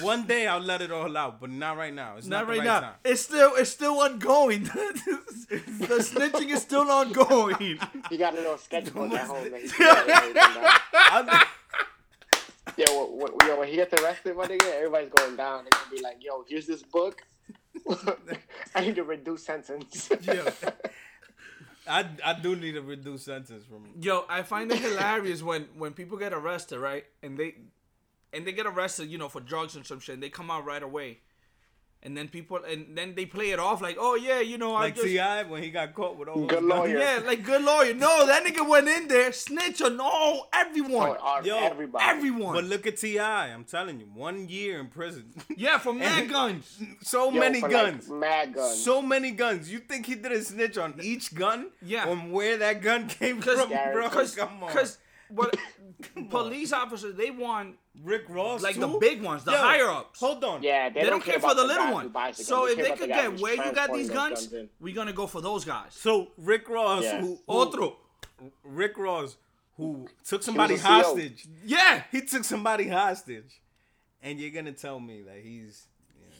S2: One day I'll let it all out, but not right now. It's not,
S1: Not
S2: the
S1: right
S2: right
S1: now.
S2: Time.
S1: It's still it's still ongoing. the snitching is still ongoing.
S3: You got a little sketchbook at home. That you can write everything down.
S2: I'll-
S3: Yeah, well, well, yo, when he gets arrested, my nigga, everybody's going down. They're gonna be like, "Yo, here's this book. I need to reduce sentence."
S2: yeah. I, I do need a reduced sentence from
S1: Yo, I find it hilarious when when people get arrested, right? And they and they get arrested, you know, for drugs and some shit. And they come out right away, and then people and then they play it off like, oh yeah, you know, I
S2: like
S1: just
S2: Ti when he got caught with all
S3: Good
S2: those guns.
S3: lawyer.
S1: yeah, like good lawyer. No, that nigga went in there, snitch on all everyone,
S3: Or- or
S2: Yo,
S3: everybody.
S1: everyone.
S2: But look at Ti. I'm telling you, one year in prison.
S1: yeah, for mad guns.
S2: so
S3: Yo,
S2: many
S3: for,
S2: guns.
S3: Like, mad guns.
S2: So many guns. You think he didn't snitch on each gun?
S1: Yeah.
S2: On where that gun came
S1: Cause,
S2: from, bro?
S1: cause,
S2: Come on.
S1: cause what police officers they want
S2: Rick Ross,
S1: like
S2: too?
S1: the big ones, the
S2: Yo,
S1: higher ups.
S2: Hold on.
S3: Yeah, they,
S1: They don't care for
S3: about
S1: the
S3: guy
S1: little
S3: who
S1: one.
S3: buys the gun.
S1: So if
S3: care
S1: they
S3: about the
S1: could
S3: guy
S1: get
S3: who's
S1: where you got
S3: transporting
S1: these
S3: those
S1: guns,
S3: in.
S1: we're gonna go for those guys.
S2: So Rick Ross,
S3: Yeah.
S2: who, who
S1: Otro,
S2: Rick Ross, who took somebody
S3: a CO.
S2: hostage.
S1: yeah,
S2: He took somebody hostage, and you're gonna tell me that he's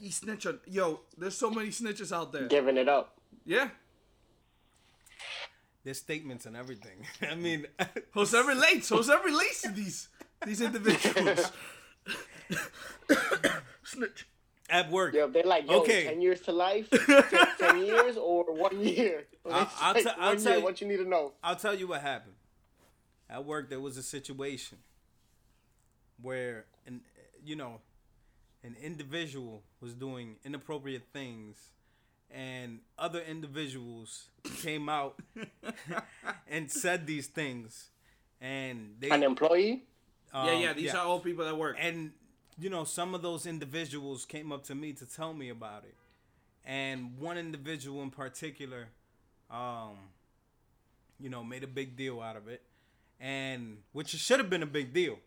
S1: he snitching. Yo, there's so many snitches out there.
S3: Giving it up.
S1: Yeah,
S2: there's statements and everything. I mean,
S1: Jose relates. Jose relates to these these individuals. Snitch.
S2: at work.
S3: Yo, if they're like, yo,
S2: Okay.
S3: ten years to life, ten, 10 years or one year.
S2: I'll- I'll
S3: Like,
S2: tell- I'll
S3: one
S2: tell
S3: year,
S2: you-
S3: what you need to know.
S2: I'll tell you what happened. At work, there was a situation where, an, you know, an individual was doing inappropriate things, and other individuals came out and said these things, and they
S3: An employee.
S1: Yeah,
S2: um,
S1: yeah. These are all people that work.
S2: and you know some of those individuals came up to me to tell me about it and one individual in particular um you know made a big deal out of it and which it should have been a big deal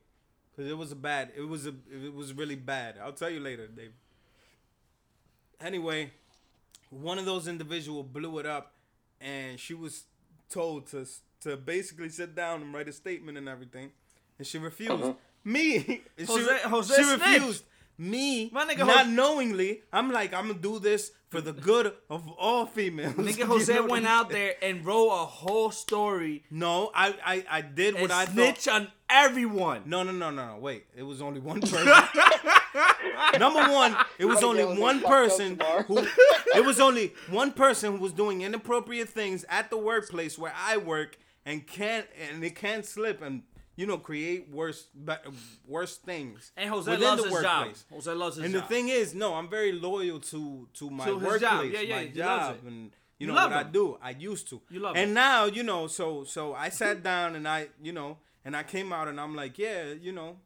S2: because it was a bad it was a it was really bad i'll tell you later dave anyway one of those individual blew it up and she was told to to basically sit down and write a statement and everything and she refused me she,
S1: Jose- Jose
S2: she
S1: snitched.
S2: refused me
S1: My nigga
S2: not
S1: Jose-
S2: knowingly i'm like i'm gonna do this for the good of all females You
S1: Nigga Jose
S2: know what
S1: went
S2: I'm
S1: out there and wrote a whole story
S2: No, I I, I did
S1: and
S2: what I
S1: snitch
S2: thought.
S1: on everyone.
S2: No, no, no, no, no. Wait, it was only one person. Number one, it was
S3: Gotta
S2: only
S3: get on
S2: one
S3: this fucked up
S2: person
S3: tomorrow.
S2: who. It was only one person who was doing inappropriate things at the workplace where I work, and can't and it can slip and you know create worse ba- worse things.
S1: And Jose
S2: within
S1: loves
S2: the
S1: his job.
S2: workplace.
S1: Jose loves his
S2: And
S1: job.
S2: the thing is, no, I'm very loyal to to my
S1: To his
S2: workplace,
S1: job. Yeah, yeah,
S2: my
S1: he loves
S2: job,
S1: it.
S2: and you
S1: You
S2: know
S1: love
S2: what I
S1: him.
S2: do. I used to.
S1: You love
S2: And
S1: him.
S2: now, you know, so so I sat down and I, you know, and I came out and I'm like, yeah, you know,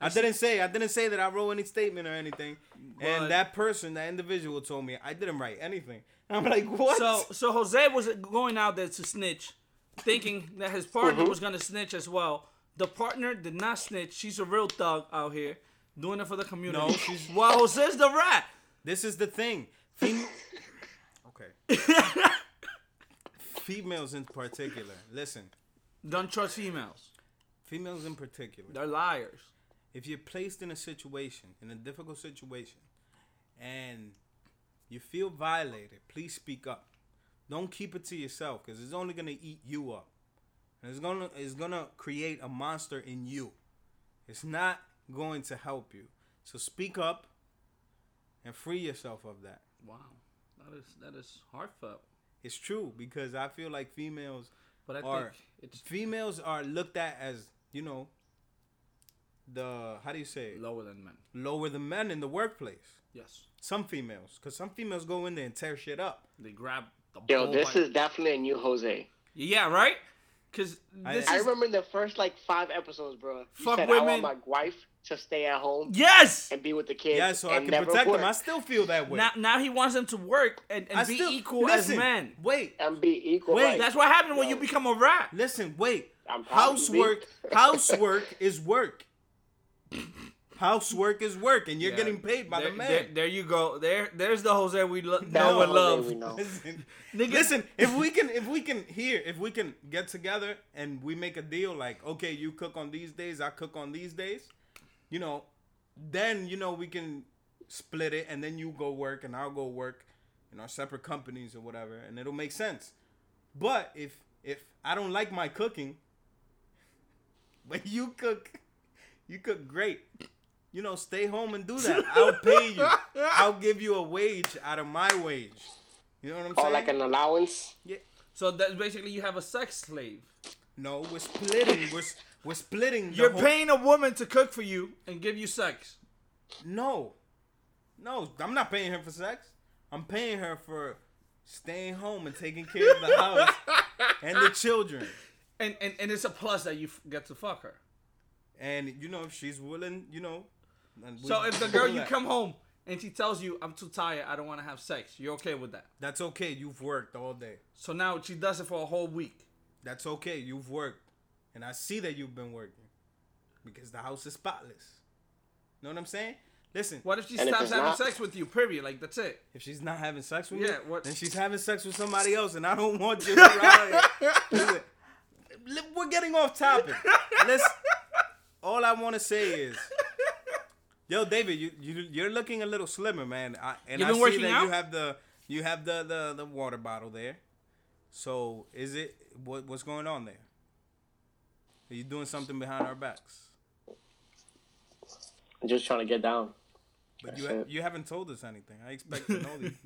S2: I didn't say I didn't say that I wrote any statement or anything.
S1: But-
S2: and that person, that individual, told me I didn't write anything. And I'm like, what?
S1: So so Jose was going out there to snitch, thinking that his partner
S2: Uh-huh.
S1: was gonna snitch as well. The partner did not snitch. She's a real thug out here, doing it for the community.
S2: No, she's-
S1: well, Jose's the rat.
S2: This is the thing. Fem- okay. Females in particular. Listen,
S1: Don't trust females.
S2: females in particular.
S1: They're liars.
S2: if you're placed in a situation, in a difficult situation, and you feel violated, please speak up. Don't keep it to yourself because it's only gonna eat you up, and it's gonna it's gonna create a monster in you. It's not going to help you. So speak up and free yourself of that.
S1: Wow, that is that is heartfelt.
S2: It's true because I feel like females
S1: But I
S2: Or-
S1: think it's
S2: females are looked at as you know the how do you say it?
S1: lower than men.
S2: lower than men in the workplace.
S1: Yes,
S2: Some females, because some females go in there and tear shit up.
S1: they grab the.
S3: Yo,
S2: Oh
S1: bull
S3: this
S1: by-
S3: is definitely a new Jose.
S1: yeah right. Cause this
S2: I
S3: I
S1: is
S3: remember the first like five episodes, bro. You
S1: Fuck
S3: said, I
S1: women.
S3: want my wife to stay at home
S1: yes.
S3: and be with the kids.
S2: Yeah, so I
S3: and
S2: can
S3: never
S2: protect
S3: work,
S2: them. I still feel that way.
S1: Now now he wants them to work and,
S2: I
S1: and be
S2: still-
S1: equal as
S2: listen,
S1: men.
S2: Wait,
S3: and be equal.
S2: Wait,
S3: rights.
S1: That's what happened when
S3: Yo.
S1: you become a rat.
S2: listen, wait.
S3: I'm proud of you,
S2: Housework,
S3: B.
S2: housework is work. Housework is work, and you're getting paid by
S1: there,
S2: the
S1: There,
S2: man.
S1: there you go. There, there's the Jose we lo-
S3: That's
S1: know and
S3: the Jose
S1: love.
S3: we know.
S2: Listen,
S1: Nigga-
S2: listen, if we can, if we can here, if we can get together and we make a deal, like, okay, you cook on these days, I cook on these days, you know, then you know we can split it, and then you go work and I'll go work in our separate companies or whatever, and it'll make sense. But if if I don't like my cooking, but you cook, you cook great. You know, stay home and do that. I'll pay you. I'll give you a wage out of my wage. You know what I'm
S3: Or
S2: saying?
S3: Oh, like an allowance.
S2: Yeah.
S1: So that's basically you have a sex slave.
S2: No, we're splitting. We're s- we're splitting. the
S1: You're
S2: whole-
S1: paying a woman to cook for you and give you sex.
S2: No, no, I'm not paying her for sex. I'm paying her for staying home and taking care of the house and the children.
S1: And, and and it's a plus that you f- get to fuck her.
S2: And you know, if she's willing, you know. and we-
S1: So if the girl
S2: do
S1: you
S2: that.
S1: come home and she tells you I'm too tired, I don't want to have sex. You're okay with that.
S2: that's okay. You've worked all day.
S1: So now she does it for a whole week.
S2: That's okay. You've worked. and I see that you've been working because the house is spotless. Know what I'm saying? Listen,
S1: What if she
S3: And if
S1: stops
S3: it's
S1: having
S3: not-
S1: sex with you? Period. Like that's it.
S2: if she's not having sex with
S1: Yeah,
S2: you,
S1: what-
S2: then she's having sex with somebody else, and I don't want you around. here. Listen, li- We're getting off topic. Let's. All I want to say is, yo, David, you, you you're looking a little slimmer, man. I, and
S1: You
S2: I
S1: been
S2: see
S1: working
S2: that you
S1: out?
S2: have the you have the, the the water bottle there. So is it what what's going on there? Are you doing something behind our backs?
S3: I'm just trying to get down.
S2: But you
S3: That's it.
S2: you haven't told us anything. I expect to know these.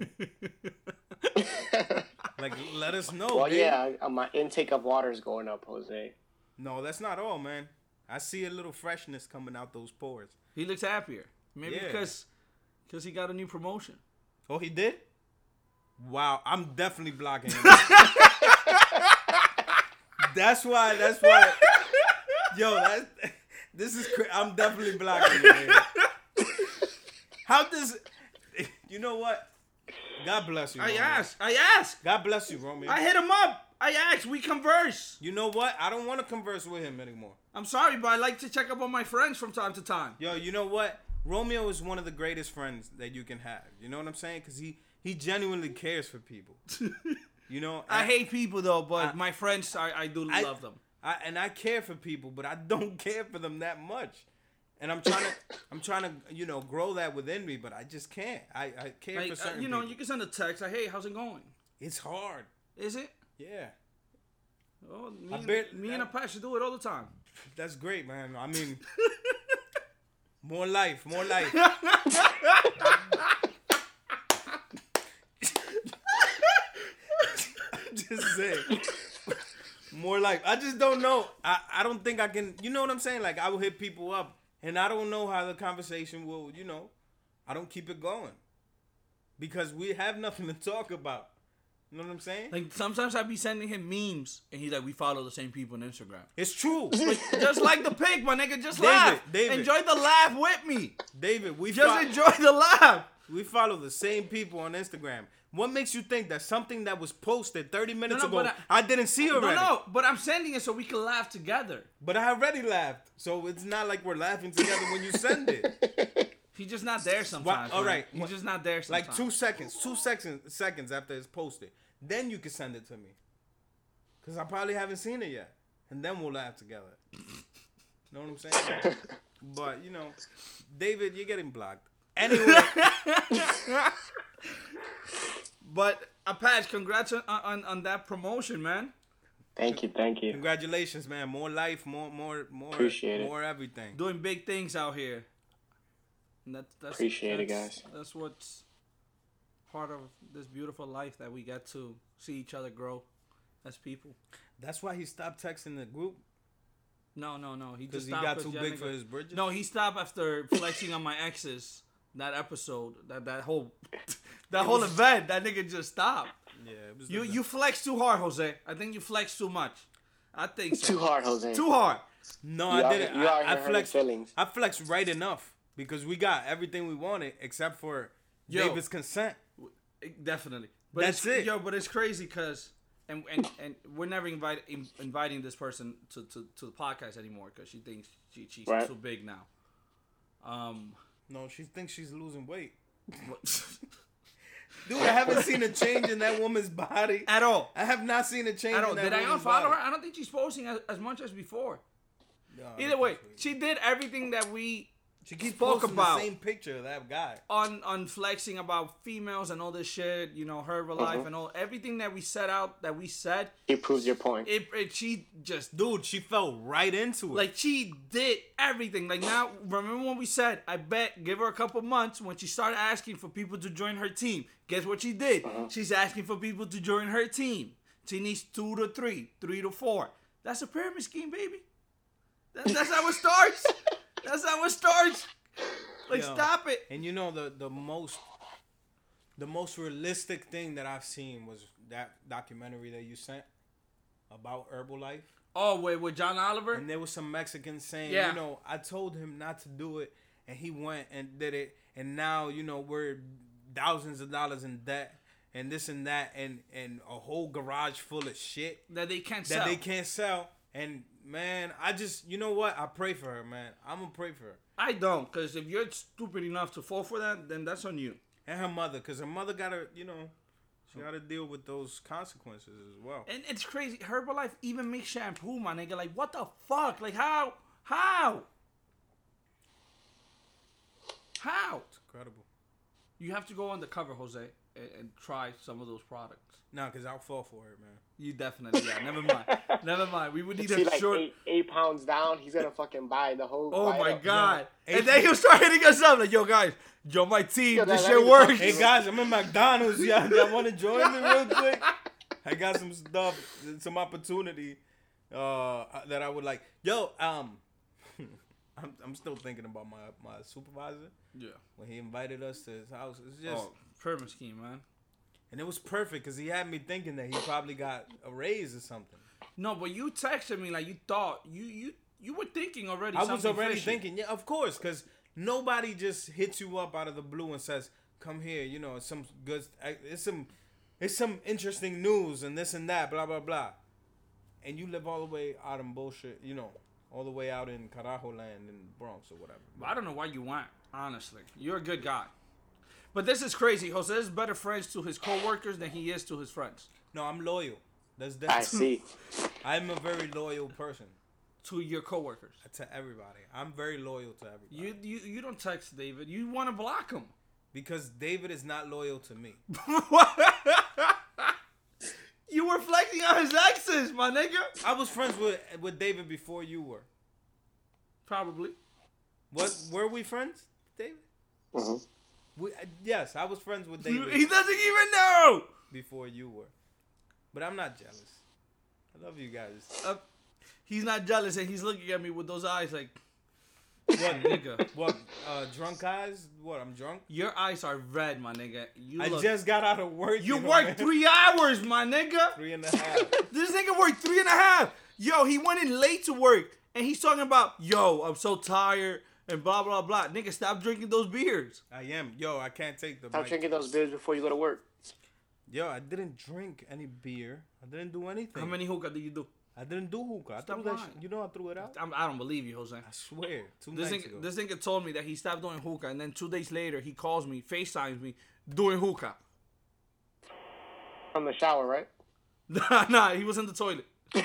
S2: Like, let us know.
S3: Well,
S2: babe.
S3: yeah, I- my intake of water is going up, Jose.
S2: No, that's not all, man. I see a little freshness coming out those pores.
S1: He looks happier. Maybe
S2: Yeah.
S1: because because he got a new promotion.
S2: Oh, he did? Wow, I'm definitely blocking him. that's why. That's why. Yo, that's, this is. Cra- I'm definitely blocking him. man. How does? You know what? God bless you.
S1: I
S2: Romeo.
S1: asked. I asked.
S2: God bless you, Romeo.
S1: I hit him up. I asked. We converse.
S2: you know what? I don't want to converse with him anymore.
S1: I'm sorry, but I like to check up on my friends from time to time.
S2: Yo, you know what? Romeo is one of the greatest friends that you can have. You know what I'm saying? Because he he genuinely cares for people. You know,
S1: I
S2: and-
S1: hate people though, but my friends, I, I do
S2: I-
S1: love them.
S2: I, and I care for people, but I don't care for them that much. And I'm trying to I'm trying to you know grow that within me, but I just can't. I I care
S1: Like,
S2: for
S1: uh,
S2: certain.
S1: you know,
S2: people.
S1: you can send a text like, "Hey, how's it going?
S2: it's hard.
S1: Is it?"
S2: Yeah,
S1: Oh, me,
S2: I
S1: and,
S2: bet-
S1: me and
S2: I-
S1: Apache do it all the time.
S2: that's great, man. I mean, more life, more life. just say more like I just don't know. I, I don't think I can. You know what I'm saying? Like I will hit people up, and I don't know how the conversation will. You know, I don't keep it going because we have nothing to talk about. You know what I'm saying?
S1: Like sometimes I be sending him memes, and he's like, "We follow the same people on Instagram."
S2: it's true,
S1: just like the pig, my nigga. Just
S2: David,
S1: laugh.
S2: David.
S1: Enjoy the laugh with me.
S2: David. We
S1: Just
S2: fo-
S1: enjoy the laugh.
S2: we follow the same people on Instagram. What makes you think that something that was posted 30 minutes
S1: no,
S2: ago
S1: but
S2: I, didn't see
S1: No,
S2: already?
S1: no, but I'm sending it so we can laugh together.
S2: But I already laughed, so it's not like we're laughing together when you send it.
S1: He's just not there sometimes.
S2: all
S1: man.
S2: right,
S1: He's
S2: what-
S1: just not there sometimes.
S2: like two seconds, two seconds, seconds after it's posted. Then you can send it to me, cause I probably haven't seen it yet, and then we'll laugh together. know what I'm saying? but you know, David, you're getting blocked. Anyway,
S1: But Apache, Uh, congrats on, on on that promotion, man.
S3: Thank you, thank you.
S2: congratulations, man. More life, more, more, more,
S3: Appreciate it.
S2: more everything.
S1: Doing big things out here. And that, that's,
S3: Appreciate it,
S1: that's-
S3: guys.
S1: That's what's part of this beautiful life that we get to see each other grow as people.
S2: That's why he stopped texting the group,
S1: No, no, no. He
S2: cause
S1: just
S2: he
S1: stopped
S2: got
S1: 'cause
S2: too
S1: yeah,
S2: big
S1: nigga.
S2: for his bridges.
S1: No, he stopped after flexing on my exes. That episode, that that whole, that whole event, that nigga just stopped.
S2: yeah, it was
S1: You
S2: the-
S1: you flex too hard, Jose. I think you flex too much. I think so.
S3: Too hard, Jose.
S1: Too hard.
S2: No,
S3: You
S2: I
S3: out
S2: didn't.
S3: here- you out
S2: I,
S3: here
S2: I
S3: hurting
S2: flexed.
S3: feelings.
S2: I flexed right enough because we got everything we wanted except for
S1: Yo.
S2: David's consent.
S1: It- Definitely. But
S2: That's
S1: it's-
S2: it.
S1: Yo, but it's crazy because, and, and and we're never invite, in, inviting this person to, to, to the podcast anymore because she thinks she, she's
S3: Right.
S1: too big now. Um,
S2: No, she thinks she's losing weight.
S1: what-
S2: Dude, I haven't seen a change in that woman's body.
S1: at all.
S2: I have not seen a change.
S1: At all.
S2: in that
S1: Did I
S2: woman's
S1: unfollow
S2: body.
S1: her? I don't think she's posting as, as much as before.
S2: No,
S1: Either way,
S2: that's weird.
S1: she did everything that we
S2: she keeps
S1: spoke
S2: posting
S1: about-
S2: the same picture of that guy.
S1: on on flexing about females and all this shit. You know, her
S2: Mm-hmm.
S1: life and all everything that we set out that we said.
S3: He proves your point.
S1: It, it she just
S2: Dude, she fell right into it.
S1: Like she did everything. Like now, remember when we said, I bet give her a couple months when she started asking for people to join her team. Guess what she did? She's asking for people to join her team. She needs two to three, three to four. That's a pyramid scheme, baby. That, that's how it starts. That's how it starts. Like
S2: Yo.
S1: stop it.
S2: And you know the the most the most realistic thing that I've seen was that documentary that you sent about Herbalife.
S1: Oh wait, with John Oliver.
S2: And there was some Mexican saying,
S1: Yeah.
S2: you know, I told him not to do it, and he went and did it, and now you know we're thousands of dollars in debt, and this and that, and and a whole garage full of shit
S1: that they can't
S2: that
S1: sell.
S2: they can't sell, And man, I just you know what? I pray for her, man. I'm gonna pray for her
S1: I don't, because if you're stupid enough to fall for that, then that's on you.
S2: and her mother, cause her mother gotta you know she
S1: Oh.
S2: gotta deal with those consequences as well.
S1: And it's crazy. Herbalife even makes shampoo, my nigga. Like, what the fuck? Like, how? How? How?
S2: Incredible.
S1: You have to go undercover, Jose, and, and try some of those products.
S2: Nah, cause I'll fall for it, man.
S1: You definitely, yeah. Never mind. Never mind. We would need
S3: See,
S1: a
S3: like
S1: short.
S3: eight, eight pounds down, he's gonna fucking buy the whole.
S1: Oh
S3: buy
S1: my
S3: the-
S1: god!
S2: Eight-
S1: and then he'll start hitting us up like, "Yo guys, yo my team,
S3: Yo,
S1: this
S3: that-
S1: shit
S3: that
S1: works."
S2: Hey guys, I'm in McDonald's. Y'all, y'all want to join me real quick? I got some stuff, some opportunity uh, that I would like. Yo, um, I'm, I'm still thinking about my, my supervisor
S1: yeah.
S2: when he invited us to his house. It's just,
S1: Oh, pyramid scheme, man.
S2: and it was perfect because he had me thinking that he probably got a raise or something.
S1: No, but you texted me like you thought you you you were thinking already.
S2: I was
S1: something
S2: already
S1: fishy.
S2: thinking, yeah, of course, because nobody just hits you up out of the blue and says, "Come here," you know, it's some good, it's some, it's some interesting news and this and that, blah blah blah. And you live all the way out in bullshit, you know, all the way out in Carajo land in Bronx or whatever.
S1: I don't know why you went. Honestly, you're a good guy. But this is crazy. Jose is better friends to his coworkers than he is to his friends.
S2: No, I'm loyal. That's
S3: I
S2: that.
S3: see.
S2: I'm a very loyal person
S1: To your coworkers,
S2: to everybody. I'm very loyal to everybody
S1: you you you don't text David. You want to block him.
S2: because David is not loyal to me.
S1: you were flexing on his exes, my nigga.
S2: I was friends with with David before you were.
S1: Probably.
S2: What were we friends, David?
S3: Mhm.
S2: We, uh, yes, I was friends with
S1: He
S2: David
S1: doesn't even know.
S2: before you were, but I'm not jealous. I love you guys.
S1: Uh, he's not jealous, and he's looking at me with those eyes like,
S2: What?
S1: nigga,
S2: what? Uh, drunk eyes? What? I'm drunk.
S1: your eyes are red, my nigga. You
S2: I
S1: look-
S2: just got out of work.
S1: you
S2: know,
S1: worked
S2: man.
S1: three hours, my nigga.
S2: three and a half.
S1: This nigga worked three and a half. Yo, he went in late to work, and he's talking about, yo, I'm so tired, and blah blah blah. Nigga, stop drinking those beers.
S2: I am. Yo, I can't take the.
S3: Stop
S2: mic.
S3: drinking those beers before you go to work.
S2: Yo, I didn't drink any beer. I didn't do anything.
S1: How many hookah did you do?
S2: I didn't do hookah. I
S1: Stop
S2: threw that
S1: lying.
S2: shit- You know, I threw it out.
S1: I'm, I don't believe you, Jose.
S2: I swear. Two
S1: This
S2: nights
S1: nigga,
S2: ago.
S1: this nigga told me that he stopped doing hookah, and then two days later he calls me, FaceTimes me, doing hookah.
S3: From the shower, right?
S1: Nah, nah, he was in the toilet.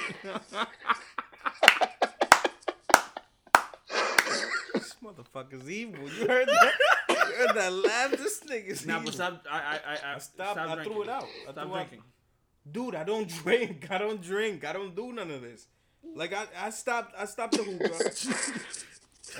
S2: This motherfucker's evil. You heard that? you heard that laugh? This nigga's
S1: Nah,
S2: evil.
S1: but stop. I, I, I, I
S2: stopped.
S1: stop
S2: I
S1: drinking.
S2: threw it out. I
S1: stop
S2: threw out-
S1: drinking.
S2: dude, I don't drink. I don't drink. I don't do none of this. Like I, I stopped I stopped the hookah.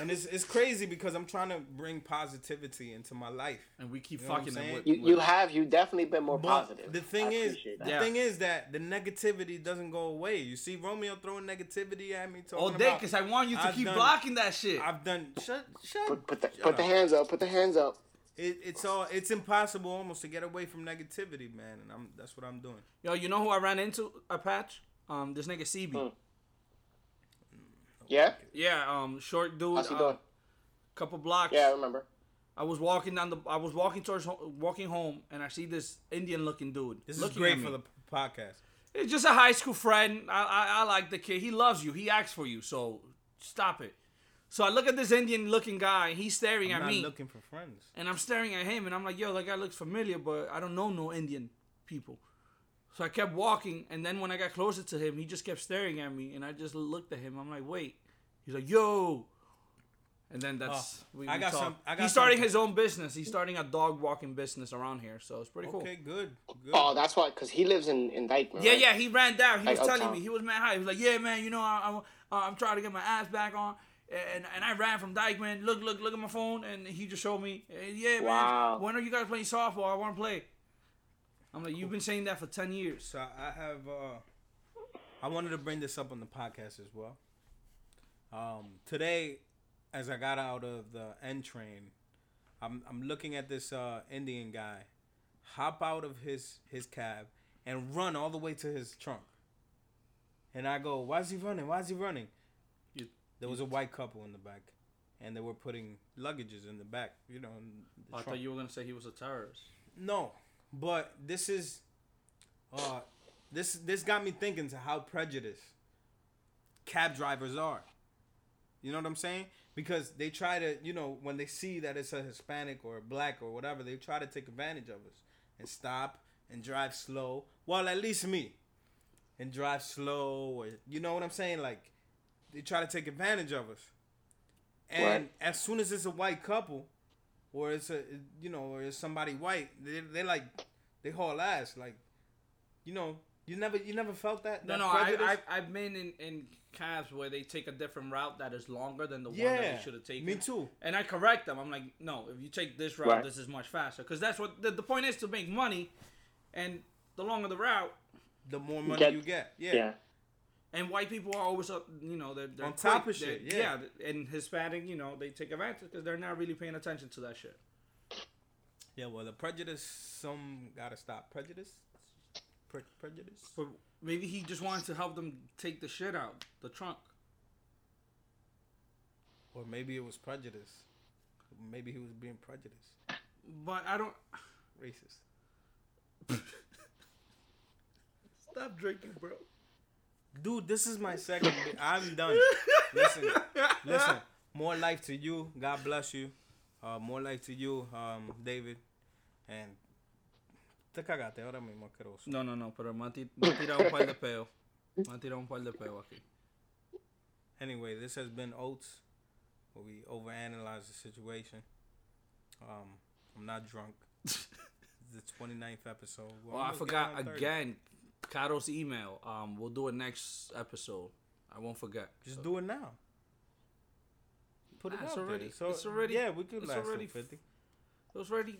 S2: and it's it's crazy because I'm trying to bring positivity into my life.
S1: And we keep
S2: know what I'm
S1: fucking him
S2: saying?
S1: with.
S3: You,
S1: with-
S3: you have you definitely been more
S2: But
S3: positive.
S2: the
S3: I
S2: thing is
S3: appreciate
S2: the
S3: that.
S1: Yeah.
S2: thing is that the negativity doesn't go away. You see Romeo throwing negativity at me talking
S1: all day,
S2: about
S1: cause I want you to
S2: I've
S1: keep
S2: done-
S1: blocking that shit.
S2: I've done shut shut
S3: Put, put the
S2: shut
S3: put the
S2: up.
S3: hands up. Put the hands up.
S2: it, it's all it's impossible almost to get away from negativity, man, and I'm that's what I'm doing.
S1: Yo, you know who I ran into? A patch. Um, this nigga CB.
S3: Hmm. Yeah.
S1: Yeah. Um, short dude.
S3: How's he
S1: uh,
S3: doing?
S1: Couple blocks.
S3: Yeah, I remember.
S1: I was walking down the. I was walking towards ho- walking home, and I see this Indian-looking dude.
S2: This
S1: looking
S2: is great
S1: at me.
S2: for the p- podcast.
S1: It's just a high school friend. I, I I like the kid. He loves you. He acts for you. So stop it. So I look at this Indian looking guy. And he's staring
S2: I'm
S1: at
S2: not
S1: me,
S2: looking for friends.
S1: and I'm staring at him, and I'm like, "Yo, that guy looks familiar, but I don't know no Indian people." So I kept walking, and then when I got closer to him, he just kept staring at me, and I just looked at him. I'm like, "Wait." He's like, "Yo," and then that's
S2: Oh, I got
S1: talked.
S2: some- I got
S1: He's starting
S2: something.
S1: his own business. He's starting a dog walking business around here, so it's pretty cool.
S2: Okay, good. good.
S3: Oh, that's why, cause he lives in in Dykeman.
S1: uh, Yeah,
S3: right?
S1: yeah, he ran down. He
S3: Like
S1: was telling
S3: uptown.
S1: me he was mad high. He was like, "Yeah, man, you know, I, I, I'm trying to get my ass back on." And, and I ran from Dykeman. Look, look, look at my phone, and he just showed me. "Eh, Yeah,
S3: Wow.
S1: man. When are you guys playing softball? I want to play. I'm like, you've been saying that for ten years.
S2: So I have uh I wanted to bring this up on the podcast as well. Um today as I got out of the N train, I'm I'm looking at this uh Indian guy hop out of his his cab and run all the way to his trunk. And I go, "Why is he running? Why is he running?"
S1: You-
S2: there was a white couple in the back and they were putting luggages in the back, you know, in the trunk.
S1: you were gonna say he was a terrorist.
S2: No, but this is, uh, this this got me thinking to how prejudiced cab drivers are. You know what I'm saying? Because they try to, you know, when they see that it's a Hispanic or a black or whatever, they try to take advantage of us and stop and drive slow. Well, at least me. And drive slow or you know what I'm saying? Like they try to take advantage of us. And
S3: Right.
S2: as soon as it's a white couple or it's a you know, or it's somebody white, they they like they haul ass like you know, you never you never felt that?
S1: No,
S2: that
S1: no, I,
S2: prejudice?
S1: I, I've been in, in cabs where they take a different route that is longer than the one that
S2: Yeah,
S1: they should have taken.
S2: me too.
S1: And I correct them. I'm like, no, if you take this route,
S3: Right.
S1: this is much faster. Because that's what the, the point is to make money, and the longer the route,
S2: the more money
S3: Get-
S2: you get. Yeah.
S3: yeah.
S1: and white people are always up, you know, they're, they're
S2: On top
S1: quick.
S2: of shit,
S1: They're-
S2: yeah.
S1: And Hispanic, you know, they take advantage because they're not really paying attention to that shit.
S2: Yeah, well, the prejudice, some gotta stop. Prejudice? Pre- prejudice?
S1: But maybe he just wanted to help them take the shit out the trunk.
S2: Or maybe it was prejudice. Maybe he was being prejudiced.
S1: But I don't.
S2: Racist.
S1: Stop drinking, bro.
S2: Dude, this is my second. bit. I'm done. Listen, listen. More life to you. God bless you. Uh, more life to you, um, David. And te cagaste ahora mismo, asqueroso.
S1: No, no, no, pero me ha ti- me ha tirado un par de peos. Me ha tirado un par de peos aquí.
S2: Anyway, this has been Oats, where we overanalyze the situation. Um, I'm not drunk. the 29th episode. Well,
S1: Oh, I
S2: I'm getting
S1: forgot
S2: on 30.
S1: again, Caro's email. Um, we'll do it next episode. I won't forget.
S2: Just do it now. Put it
S1: Nah, it's
S2: out
S1: already-
S2: there. So,
S1: it's already-
S2: Yeah, we could
S1: it's
S2: last
S1: already
S2: already 50.
S1: It was ready.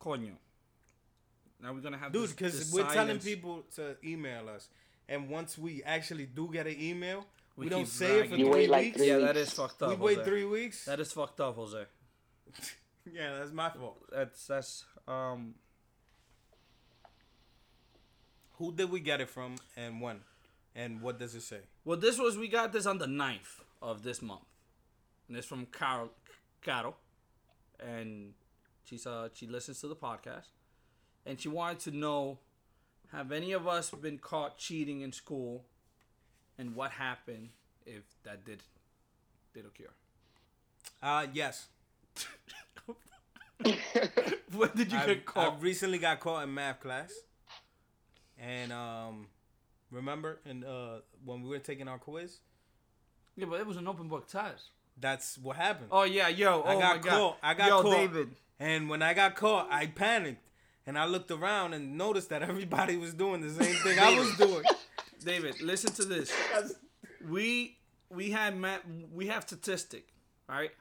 S1: Coño. Now we're gonna have
S2: Dude,
S1: this-
S2: because
S1: this
S2: we're telling
S1: silence.
S2: people to email us. And once we actually do get an email, we,
S1: We
S2: don't
S1: keep
S2: say
S1: dragging
S2: it for three
S1: it.
S3: You wait like
S2: weeks.
S3: three
S1: Yeah, that
S3: weeks.
S1: is fucked up.
S2: we wait
S1: Jose.
S2: three weeks.
S1: That is fucked up, Jose.
S2: yeah, that's my fault.
S1: That's that's um.
S2: Who did we get it from and when? And what does it say?
S1: Well, this was we got this on the 9th of this month, and it's from Carol. Carol, and she's uh she listens to the podcast, and she wanted to know, have any of us been caught cheating in school, and what happened if that did, did occur?
S2: Uh, yes.
S1: when did you
S2: I,
S1: get caught?
S2: I recently got caught in math class, and um, remember, and uh, when we were taking our quiz,
S1: yeah, but it was an open book test.
S2: that's what happened.
S1: Oh yeah, yo,
S2: I
S1: oh
S2: got
S1: my
S2: caught.
S1: god,
S2: I got
S1: yo,
S2: caught.
S1: David.
S2: And when I got caught, I panicked, and I looked around and noticed that everybody was doing the same thing I was doing.
S1: David, listen to this. We we had ma we have statistic, all right?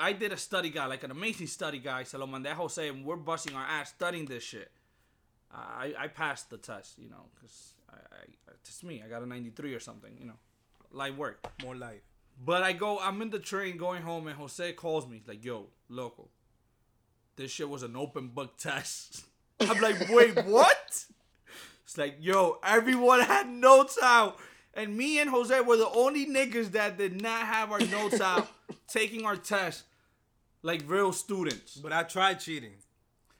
S1: I did a study guide, like an amazing study guide, se lo mandé a Jose, and we're busting our ass studying this shit. I I passed the test, you know, cause I, I it's me. I got a 93 or something, you know, light work.
S2: More life.
S1: But I go, I'm in the train going home, and Jose calls me. He's like, yo, loco, this shit was an open book test. I'm like, wait, what? It's like, yo, everyone had notes out. And me and Jose were the only niggas that did not have our notes out taking our test like real students.
S2: But I tried cheating.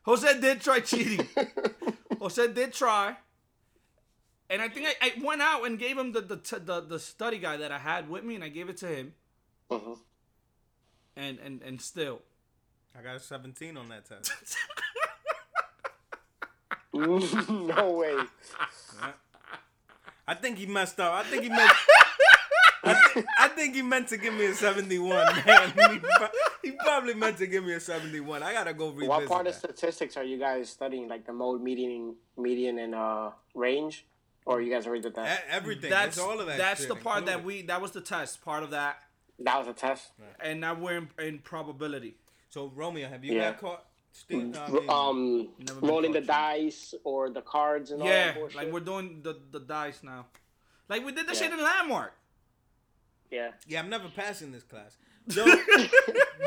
S1: Jose did try cheating. Jose did try. And I think I, I went out and gave him the, the, t- the, the study guide that I had with me, and I gave it to him
S3: Mhm.
S1: and and and still.
S2: I got a 17 on that test.
S3: no way.
S2: I think he messed up. I think he meant. I, thi- I think he meant to give me a 71, man. He, pro- he probably meant to give me a 71. I gotta go revisit
S3: What part
S2: that.
S3: of statistics are you guys studying? Like the mode, median, median, and uh, range, or you guys already did that?
S2: E- Everything.
S1: That's
S2: It's all of that.
S1: That's
S2: shit
S1: the part that
S2: included.
S1: we that was the test part of that,
S3: That was a test.
S1: and now we're in, in probability.
S2: So Romeo, have you
S3: Yeah.
S2: got caught? stealing- no, I mean,
S3: Um,
S1: Never been
S3: rolling the
S1: caught,
S3: dice or the cards and all
S1: yeah,
S3: that bullshit.
S1: like we're doing the the dice now, like we did the
S3: Yeah.
S1: shit in landmark.
S3: yeah.
S2: yeah, I'm never passing this class. So,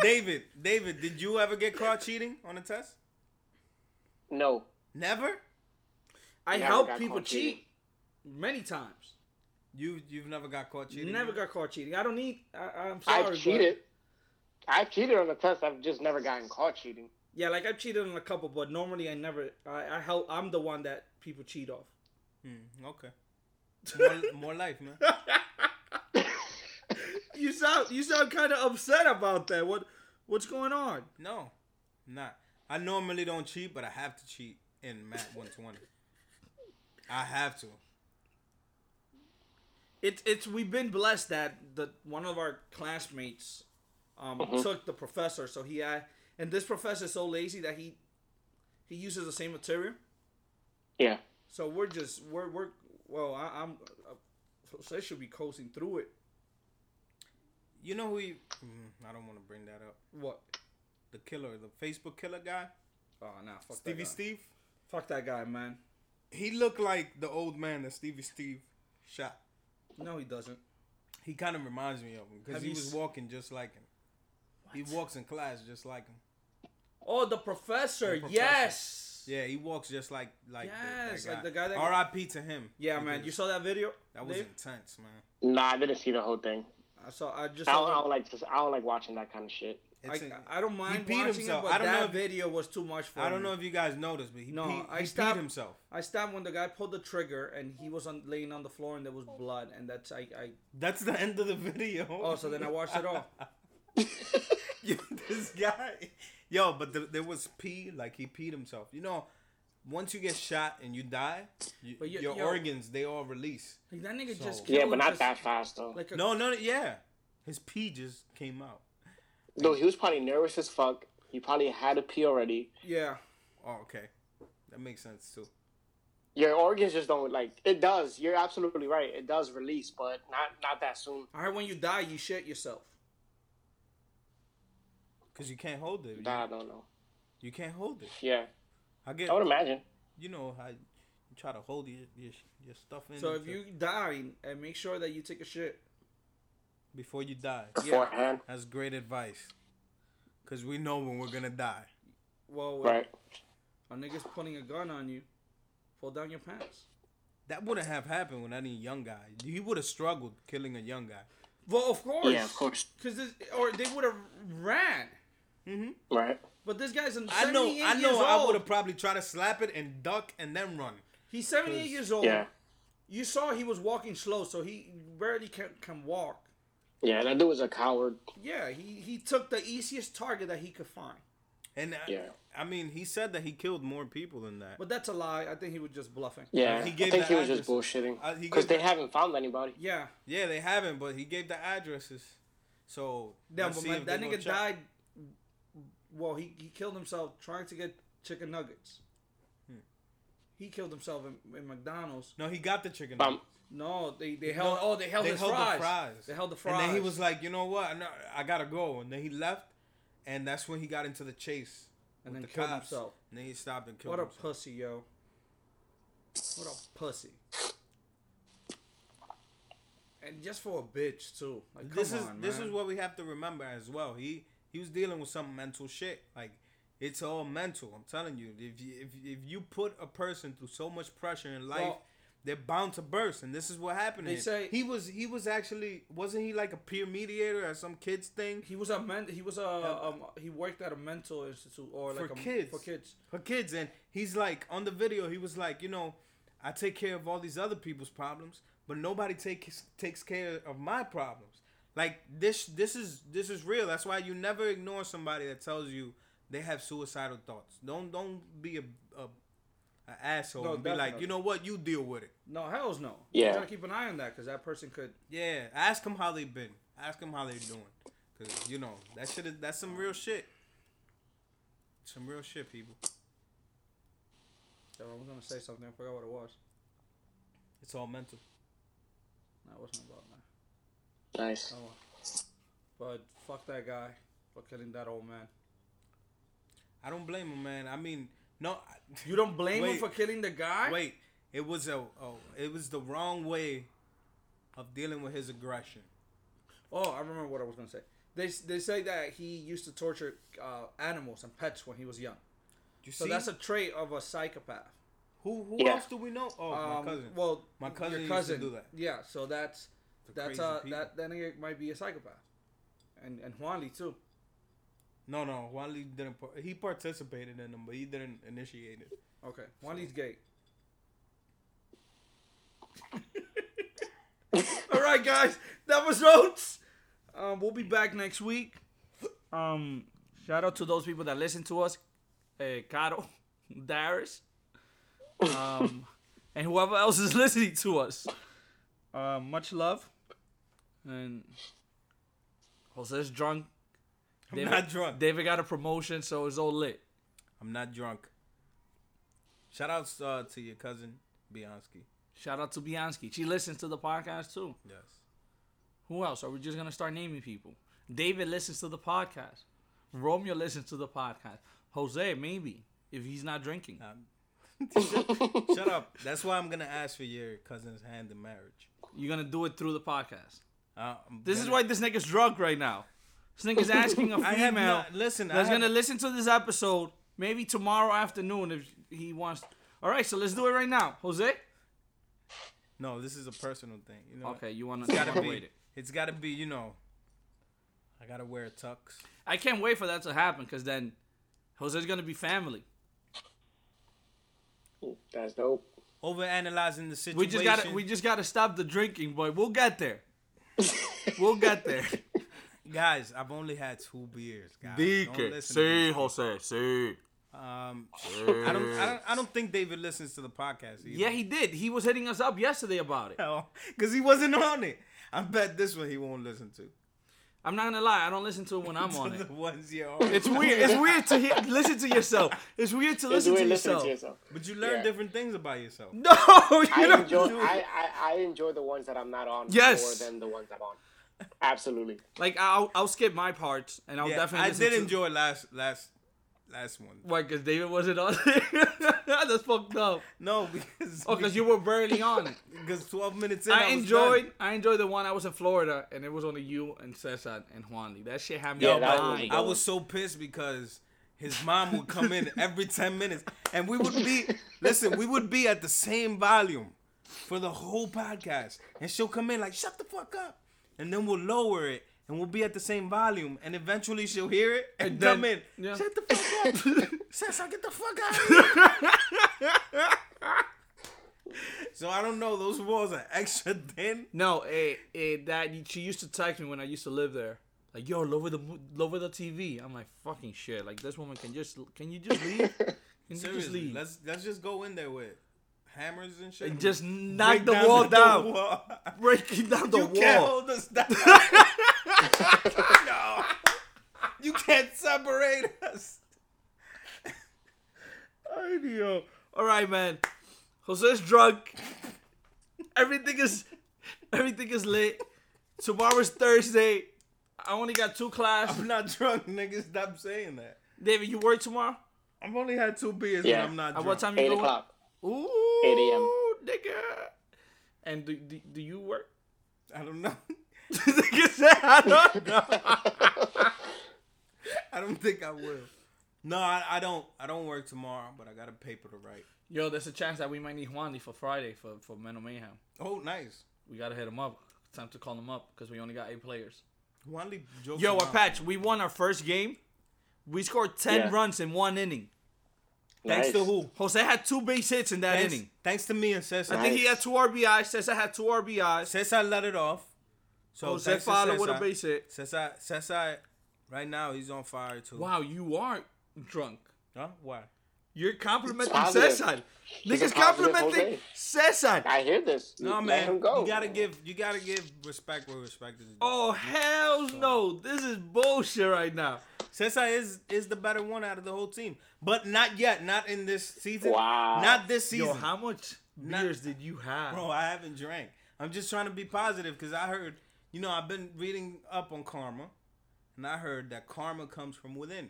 S2: David, David, did you ever get caught cheating on a test?
S3: No.
S2: Never.
S1: I
S3: Never
S1: helped
S3: got
S1: people
S3: caught cheating.
S1: cheat many times.
S2: You you've never got caught cheating.
S1: Never got caught cheating. I don't need. I, I'm sorry.
S3: I've
S1: but-
S3: cheated. I've cheated on the test. I've just never gotten caught cheating.
S1: yeah, like I've cheated on a couple, but normally I never. I, I help. I'm the one that people cheat off.
S2: Hmm, okay. More, more life, man.
S1: you sound you sound kind of upset about that. What what's going on?
S2: No, I'm not. I normally don't cheat, but I have to cheat in Matt 120. I have to.
S1: It's it's we've been blessed that the one of our classmates um took the professor, so he had, and this professor is so lazy that he he uses the same material.
S3: Yeah.
S1: So we're just we're we're well, I, I'm uh, so should be coasting through it.
S2: You know who? He, Mm, I don't want to bring that up.
S1: What?
S2: The killer, the Facebook killer guy,
S1: Oh nah, fuck
S2: Stevie
S1: that guy.
S2: Steve.
S1: Fuck that guy, man.
S2: He looked like the old man that Stevie Steve shot.
S1: No, he doesn't.
S2: He kind of reminds me of him because
S1: Have
S2: he
S1: you
S2: was
S1: s-
S2: walking just like him. He walks in class just like him.
S1: Oh, the professor.
S2: The professor.
S1: Yes.
S2: Yeah, he walks just like like
S1: Yes,
S2: the, that
S1: like the guy that-
S2: R.I.P. to him.
S1: Yeah, man.
S2: because
S1: You saw that video?
S2: that was
S1: Dave?
S2: intense, man.
S3: Nah, I didn't see the whole thing.
S1: I saw. I just.
S3: I
S1: saw
S3: don't, I don't like this. I don't like watching that kind of shit.
S1: I,
S2: It's in-
S1: I don't mind
S2: beat
S1: watching
S2: himself.
S1: it, but
S2: I don't
S1: that
S2: know if-
S1: video was too much for
S2: I don't
S1: me.
S2: know if you guys noticed, but he
S1: No,
S2: peed,
S1: I
S2: he peed
S1: stopped-
S2: himself.
S1: I stabbed when the guy pulled the trigger and he was on, laying on the floor and there was blood and that's I, I
S2: That's the end of the video.
S1: oh so then I watched it all.
S2: Yo, this guy, yo, but the, there was pee, like he peed himself. You know, once you get shot and you die, you,
S1: But yo-
S2: your
S1: yo-
S2: organs they all release.
S1: Like, that nigga
S2: So-
S1: just
S3: Yeah,
S1: killed
S3: but not
S1: this-
S3: that fast though.
S1: Like a,
S2: No, no, yeah, his pee just came out.
S3: No, he was probably nervous as fuck. He probably had a pee already.
S1: yeah
S2: Oh, okay, that makes sense too.
S3: Your organs just don't like. It does. You're absolutely right. It does release, but not not that soon.
S1: I heard when you die you shit yourself.
S2: Cause you can't hold it. You-
S3: Nah, I don't know.
S2: You, can't hold it.
S3: Yeah,
S2: I get.
S3: I would imagine.
S2: You know how you try to hold your your, your stuff in.
S1: So if
S2: until-
S1: you die and make sure that you take a shit.
S2: before you die,
S3: Beforehand,
S2: that's great advice. Cause we know when we're gonna die.
S1: Well,
S3: right?
S1: a nigga's pulling a gun on you, pull down your pants.
S2: That wouldn't have happened with any young guy. He would have struggled killing a young guy.
S1: Well, of course.
S3: Yeah, of course.
S1: Cause this, or they would have ran.
S3: Right.
S1: But this guy's in
S2: I know,
S1: 78
S2: I
S1: Mm-hmm. years
S2: know. I
S1: old.
S2: would have probably tried to slap it and duck and then run.
S1: He's 78
S2: 'Cause-
S1: years old.
S3: Yeah.
S1: You saw he was walking slow, so he barely can, can walk.
S3: Yeah, that dude was a coward.
S1: Yeah, he, he took the easiest target that he could find.
S2: And I,
S3: Yeah.
S2: I mean, he said that he killed more people than that.
S1: But that's a lie. I think he was just bluffing.
S3: Yeah,
S2: He
S3: I
S2: gave
S3: think
S2: the
S3: he was just
S2: address. Uh,
S3: bullshitting
S2: he
S3: because
S2: gave
S3: they
S2: the-
S3: haven't found anybody.
S1: Yeah.
S2: yeah, they haven't. But he gave the addresses. So
S1: Yeah,
S2: let's
S1: but
S2: see
S1: man,
S2: if
S1: that
S2: they gonna
S1: nigga
S2: check.
S1: died. Well, he, he killed himself trying to get chicken nuggets.
S2: Hmm.
S1: He killed himself in, in McDonald's.
S2: No, he got the chicken.
S3: Um,
S1: No, they, they held.
S2: No,
S1: oh, they held his fries.
S2: the fries.
S1: They held the fries.
S2: And then he was like, you know what? No, I gotta go. And then he left, and that's when he got into the chase.
S1: And
S2: with
S1: then killed
S2: cops.
S1: himself.
S2: And then he stopped and killed
S1: "What a
S2: himself.
S1: pussy, yo! What a pussy!" And just for a bitch too. Like,
S2: this
S1: come
S2: is
S1: on,
S2: this
S1: man.
S2: is what we have to remember as well. He he was dealing with some mental shit. Like it's all mental. I'm telling you. If you, if if you put a person through so much pressure in life.
S1: Well-
S2: they're bound to burst, and this is what happened. to
S1: They
S2: him.
S1: say-
S2: he was he was actually wasn't he like a peer mediator or some kids thing
S1: He was a men. He was a um, he worked at a mental institute or like
S2: for
S1: a,
S2: kids.
S1: for kids.
S2: For kids, and he's like on the video, he was like, you know, I take care of all these other people's problems, but nobody takes takes care of my problems. Like this, this is this is real. That's why you never ignore somebody that tells you they have suicidal thoughts. Don't don't be a a, a asshole
S1: No,
S2: and be like,
S1: definitely.
S2: you know what, you deal with it.
S1: No, hell's no.
S3: Yeah.
S1: you gotta keep an eye on that because that person could.
S2: Yeah, ask them how they've been. Ask them how they're doing. Cause you know that shit is that's some real shit. Some real shit, people.
S1: I was gonna say something. I forgot what it was.
S2: It's all mental.
S1: No, it wasn't about that.
S3: Nice.
S1: Oh, well. but fuck that guy for killing that old man.
S2: I don't blame him, man. I mean, no,
S1: You don't blame him
S2: Wait.
S1: for killing the guy.
S2: wait. It was a, oh, it was the wrong way of dealing with his aggression.
S1: Oh, I remember what I was gonna say. They, they say that he used to torture uh, animals and pets when he was young.
S2: You
S1: So
S2: see,
S1: that's a trait of a psychopath.
S2: who who
S3: Yeah.
S2: else do we know? Oh,
S1: Um,
S2: my cousin.
S1: Well,
S2: My
S1: your
S2: cousin used to do that.
S1: Yeah, so that's that's
S2: crazy
S1: uh
S2: people.
S1: that that nigga might be a psychopath, and and Juanly too.
S2: no, no, Wally didn't. par- He participated in them, but he didn't initiate it.
S1: Okay, Juanly's gay. All right, guys, that was notes. Um, we'll be back next week. Um, shout out to those people that listen to us, uh, Caro, Darius, um, and whoever else is listening to us. Uh, much love. And Jose's drunk.
S2: I'm
S1: David-
S2: not drunk.
S1: David got a promotion, so it's all lit.
S2: I'm not drunk. Shout outs uh, to your cousin Bianski.
S1: Shout out to Bianski. She listens to the podcast too.
S2: Yes.
S1: Who else? Are we just gonna start naming people? David listens to the podcast. Romeo listens to the podcast. Jose, maybe if he's not drinking.
S2: Shut up. That's why I'm gonna ask for your cousin's hand in marriage.
S1: You're gonna do it through the podcast.
S2: Uh, I'm
S1: This is
S2: gonna-
S1: why this nigga's drunk right now. This nigga's asking a
S2: I have
S1: female
S2: not. Listen, I
S1: that's
S2: have,
S1: gonna listen to this episode maybe tomorrow afternoon if he wants. All right, so let's do it right now, Jose.
S2: no. This is a personal thing. You know.
S1: Okay, you wanna,
S2: It's
S1: you
S2: gotta
S1: wanna
S2: be.
S1: wait it?
S2: It's gotta be. You know. I gotta wear tux.
S1: I can't wait for that to happen because then Jose's gonna be family.
S2: Oh.
S3: That's dope.
S2: Over analyzing the situation.
S1: We just gotta we just gotta stop the drinking, boy. We'll get there. We'll get there.
S2: guys. I've only had two beers, guys. Don't listen to me.
S1: Jose, see.
S2: Um, I don't, I don't. I don't think David listens to the podcast. Either.
S1: Yeah, he did. He was hitting us up yesterday about it.
S2: because he wasn't on it. I bet this one he won't listen to.
S1: I'm not gonna lie, I don't listen to it when I'm on it.
S2: The ones you're on.
S1: It's weird. It's weird to hear, listen to yourself. It's weird to
S3: It's
S1: listen
S3: weird
S1: to
S3: listening
S1: yourself.
S3: to yourself.
S2: But you learn
S3: Yeah.
S2: different things about yourself.
S1: No, you
S3: I
S1: don't.
S3: enjoy,
S2: do it.
S3: I, I, I enjoy the ones that I'm not on
S1: Yes.
S3: more than the ones I'm on. Absolutely.
S1: Like I'll, I'll skip my parts and I'll
S2: Yeah,
S1: definitely.
S2: I
S1: listen
S2: did
S1: to-
S2: enjoy last last last one.
S1: Why? Because David wasn't on. it? That's fucked up.
S2: No, because
S1: Oh, because you were barely on it.
S2: because twelve minutes in, I,
S1: I
S2: was
S1: enjoyed.
S2: done.
S1: I enjoyed the one I was in Florida and it was only you and Cesar and Juanly. That shit had me
S3: Yeah,
S1: on
S3: that
S1: Oh my
S3: was
S1: eye.
S3: dope.
S2: I was so pissed because his mom would come in every ten minutes, and we would be listen. We would be at the same volume for the whole podcast, and she'll come in like, "Shut the fuck up," and then we'll lower it. And we'll be at the same volume, and eventually she'll hear it and,
S1: And
S2: come in.
S1: then- yeah.
S2: Shut the fuck up, Cesar, get the fuck out of here. so I don't know. Those walls are extra thin.
S1: No, eh, eh, that she used to text me when I used to live there. Like, yo, lower the mo- lower the TV. I'm like, fucking shit. Like this woman can just can you just leave? Can you just
S2: Seriously,
S1: leave?
S2: let's let's just go in there with hammers and shit.
S1: and just knock
S2: Break
S1: the wall down,
S2: wall.
S1: breaking down the
S2: you can't
S1: wall.
S2: hold us down. no, you can't separate us.
S1: Ay, Dios. All right, man. Jose's drunk. Everything is everything is lit. Tomorrow's Thursday. I only got two class.
S2: I'm not drunk, nigga. Stop saying that.
S1: David, you work tomorrow?
S2: I've only had two beers
S3: Yeah.
S2: and I'm not
S1: At
S2: drunk.
S1: what time you
S3: Eight
S1: go? work?
S3: o'clock.
S1: Ooh,
S3: 8 a.m..
S1: nigga. And do, do, do you work?
S2: I don't know.
S1: Nigga said, I don't know.
S2: I don't think I will. No, I, I don't. I don't work tomorrow, but I got a paper to write.
S1: Yo, there's a chance that we might need Juanly for Friday for for Mental Mayhem.
S2: Oh, nice.
S1: We gotta hit him up. Time to call him up because we only got eight players.
S2: Wanley jokes
S1: Yo,
S2: around.
S1: Patch, we won our first game. We scored ten
S3: Yeah.
S1: runs in one inning.
S2: Thanks to
S3: Nice.
S2: who?
S1: Jose had two base hits in that
S2: Thanks,
S1: inning.
S2: thanks to me and Cesar.
S1: I think he had two RBIs. Cesar had two RBIs.
S2: Cesar let it off. So
S1: Jose
S2: thanks to
S1: followed with a
S2: Cesar.
S1: base hit.
S2: Cesar, Cesar, right now he's on fire too.
S1: Wow, you are drunk.
S2: Huh? Why?
S1: You're complimenting
S3: positive.
S1: Cesar.
S3: He's a
S1: Niggas
S3: positive
S1: complimenting
S3: Jose.
S1: Cesar.
S3: I hear this.
S2: No
S3: Let
S2: man,
S3: him go.
S2: you gotta give you gotta give respect where respect is due.
S1: Oh hell no! This is bullshit right now.
S2: Cesar is is the better one out of the whole team, but not yet, not in this season.
S3: Wow.
S2: Not this season.
S1: Yo, how much beers did you have?
S2: Bro, I haven't drank. I'm just trying to be positive because I heard, you know, I've been reading up on karma, and I heard that karma comes from within.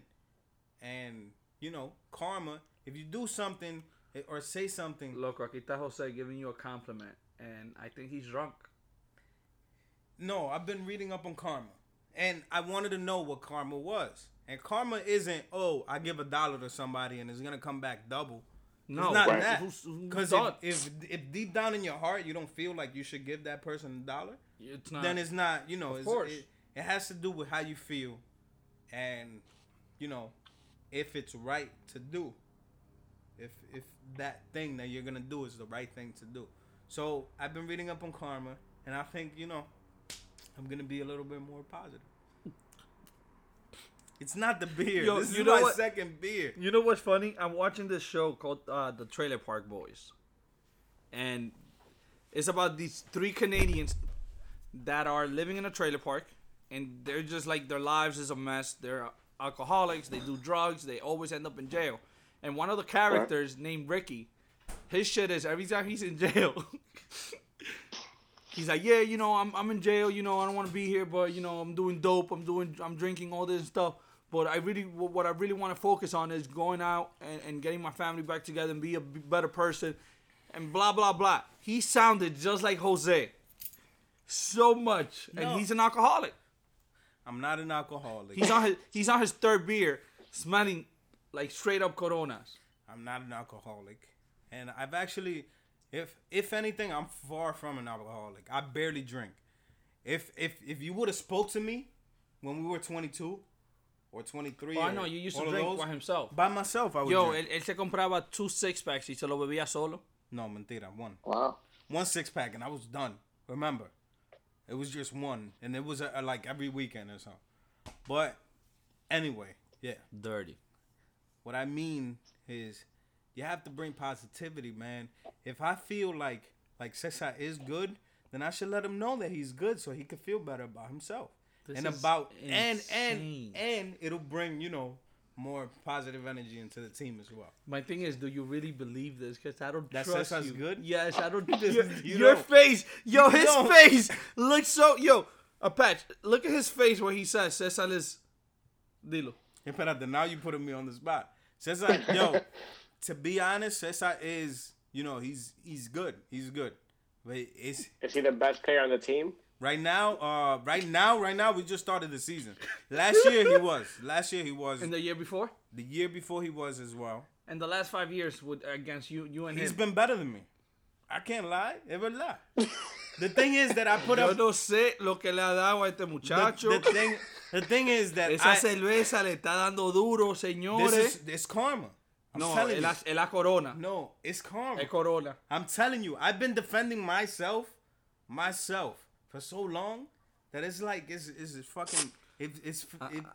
S2: And, you know, karma, if you do something eh, or say something,
S1: Loco, aquí está Jose giving you a compliment, and I think he's drunk.
S2: no, I've been reading up on karma. And I wanted to know what karma was. And karma isn't, oh, I give a dollar to somebody and it's going to come back double.
S1: No,
S2: it's not
S3: Right.
S2: that.
S1: Who's- who
S2: Because if,
S1: thought?
S2: if, if deep down in your heart you don't feel like you should give that person a dollar,
S1: it's not.
S2: then it's not you know it's,
S1: course.
S2: It, it has to do with how you feel and you know if it's right to do if if that thing that you're gonna do is the right thing to do so i've been reading up on karma and i think you know I'm gonna be a little bit more positive. It's not the beer.
S1: Yo,
S2: this
S1: you
S2: is
S1: know
S2: my
S1: what?
S2: second beer.
S1: You know what's funny? I'm watching this show called uh, The Trailer Park Boys, and it's about these three Canadians that are living in a trailer park, and they're just like their lives is a mess. They're alcoholics. They do drugs. They always end up in jail. And one of the characters named Ricky, his shit is every time he's in jail. He's like, yeah, you know, I'm, I'm in jail, you know, I don't want to be here, but you know, I'm doing dope, I'm doing, I'm drinking all this stuff. But I really, wh- what I really want to focus on is going out and, and getting my family back together and be a b- better person, and blah blah blah. He sounded just like Jose, so much,
S2: No.
S1: and he's an alcoholic.
S2: I'm not an alcoholic.
S1: He's on his, he's on his third beer, smelling like straight up Coronas.
S2: I'm not an alcoholic, and I've actually, if if anything, I'm far from an alcoholic. I barely drink. If if if you would have spoke to me when we were 22 or 23,
S1: Oh, I
S2: or
S1: know you used
S2: all
S1: to
S2: of
S1: drink
S2: those,
S1: by himself.
S2: By myself, I would.
S1: Yo,
S2: drink.
S1: él, él se compraba two six packs y se lo bebía solo.
S2: no, mentira, one
S3: Wow.
S2: one six pack, and I was done. Remember, it was just one, and it was uh like every weekend or something. But anyway, yeah.
S1: Dirty.
S2: What I mean is, you have to bring positivity, man. If I feel like like Cesar is good, then I should let him know that he's good, so he can feel better about himself
S1: This
S2: and
S1: is
S2: about
S1: insane.
S2: and and and it'll bring you know more positive energy into the team as well.
S1: My thing is, do you really believe this? Because I don't
S2: That
S1: trust
S2: says us
S1: you.
S2: good?
S1: Yes, I don't. your
S2: you
S1: your
S2: don't.
S1: face, yo, his
S2: don't.
S1: face looks so. Yo, a patch. Look at his face where he says Cesar is. Dilo.
S2: Espérate, now you putting me on the spot. Cesar, yo, to be honest, Cesar is you know he's he's good, he's good, but it's
S3: Is he the best player on the team?
S2: Right now, uh, right now, right now, we just started the season. Last year he was. Last year he was.
S1: And the year before,
S2: The year before he was as well.
S1: and the last five years with against you, you and
S2: He's
S1: him.
S2: been better than me. I can't lie. Ever lie. The thing is that I put
S1: Yo
S2: up. The,
S1: no sé lo que le ha dado a este muchacho.
S2: the thing, the thing is that
S1: Esa
S2: I,
S1: cerveza le está dando duro, señores.
S2: this is it's karma. I'm
S1: no,
S2: telling
S1: el,
S2: you.
S1: a- el a corona.
S2: No, it's karma.
S1: El corona.
S2: I'm telling you. I've been defending myself, myself for so long that it's like it's it's fucking it it's, it,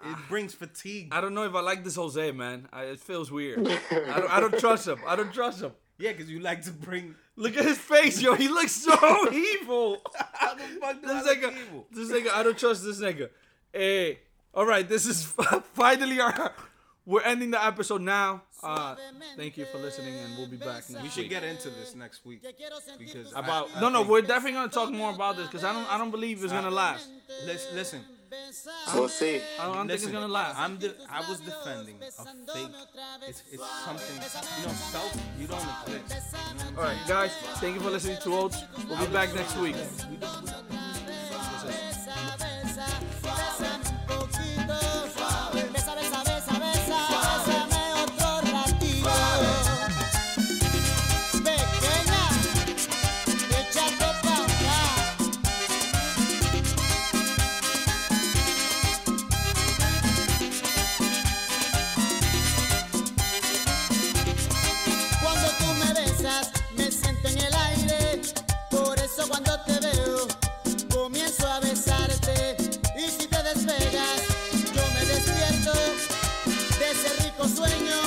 S2: it brings fatigue.
S1: Uh, I don't know if I like this Jose man. I, it feels weird. I, don't, I don't trust him. I don't trust him.
S2: Yeah, because you like to bring.
S1: Look at his face, yo. He looks so evil.
S2: How the fuck do I
S1: This
S2: look
S1: nigga,
S2: evil?
S1: this nigga, I don't trust this nigga. Hey, all right, this is finally our. We're ending the episode now. Uh, thank you for listening, and we'll be back next
S2: We should
S1: week.
S2: get into this next week because I-
S1: about
S2: I
S1: no, no.
S2: think-
S1: We're definitely gonna talk more about this because I don't, I don't believe it's gonna last.
S2: Let's listen.
S3: We'll see.
S1: I don't, I don't think it's
S2: listen,
S1: gonna last.
S2: I'm de- I was defending a fake. It's, it's something you know self. You don't exist.
S1: all right, guys. Thank you for listening to Oats. We'll be back next week.
S2: We don't. We don't
S4: Besa, besa, besa, besa, bésame otro ratito. Pequeña, échate pa' acá. Cuando tú me besas, me siento en el aire. Por eso cuando te veo, comienzo a besarte. Y si te despegas, yo me despierto de ese rico sueño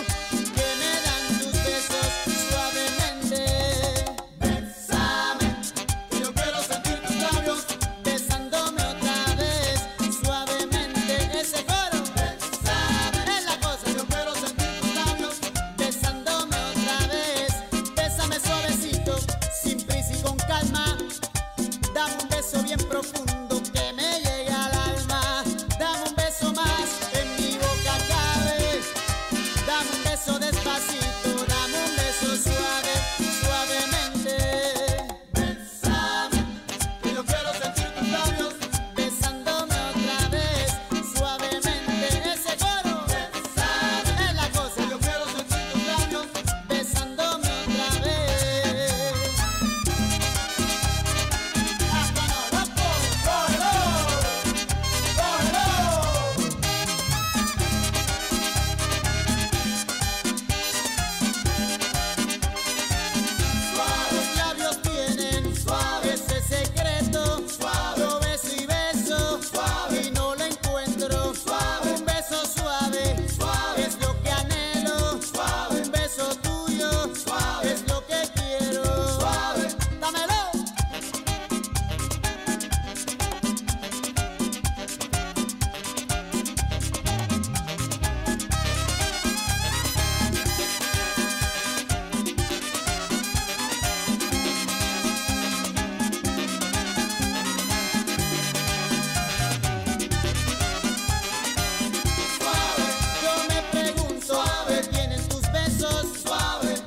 S4: que me dan tus besos suavemente. Bésame, que yo quiero sentir tus labios besándome otra vez suavemente. Ese coro, bésame, es la cosa. Yo quiero sentir tus labios besándome otra vez. Bésame suavecito, sin prisa y con calma. Dame un beso bien profundo que me llegue al alma. Dame un beso más en mi boca cabe. Dame un beso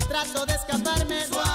S4: besarme. Suave.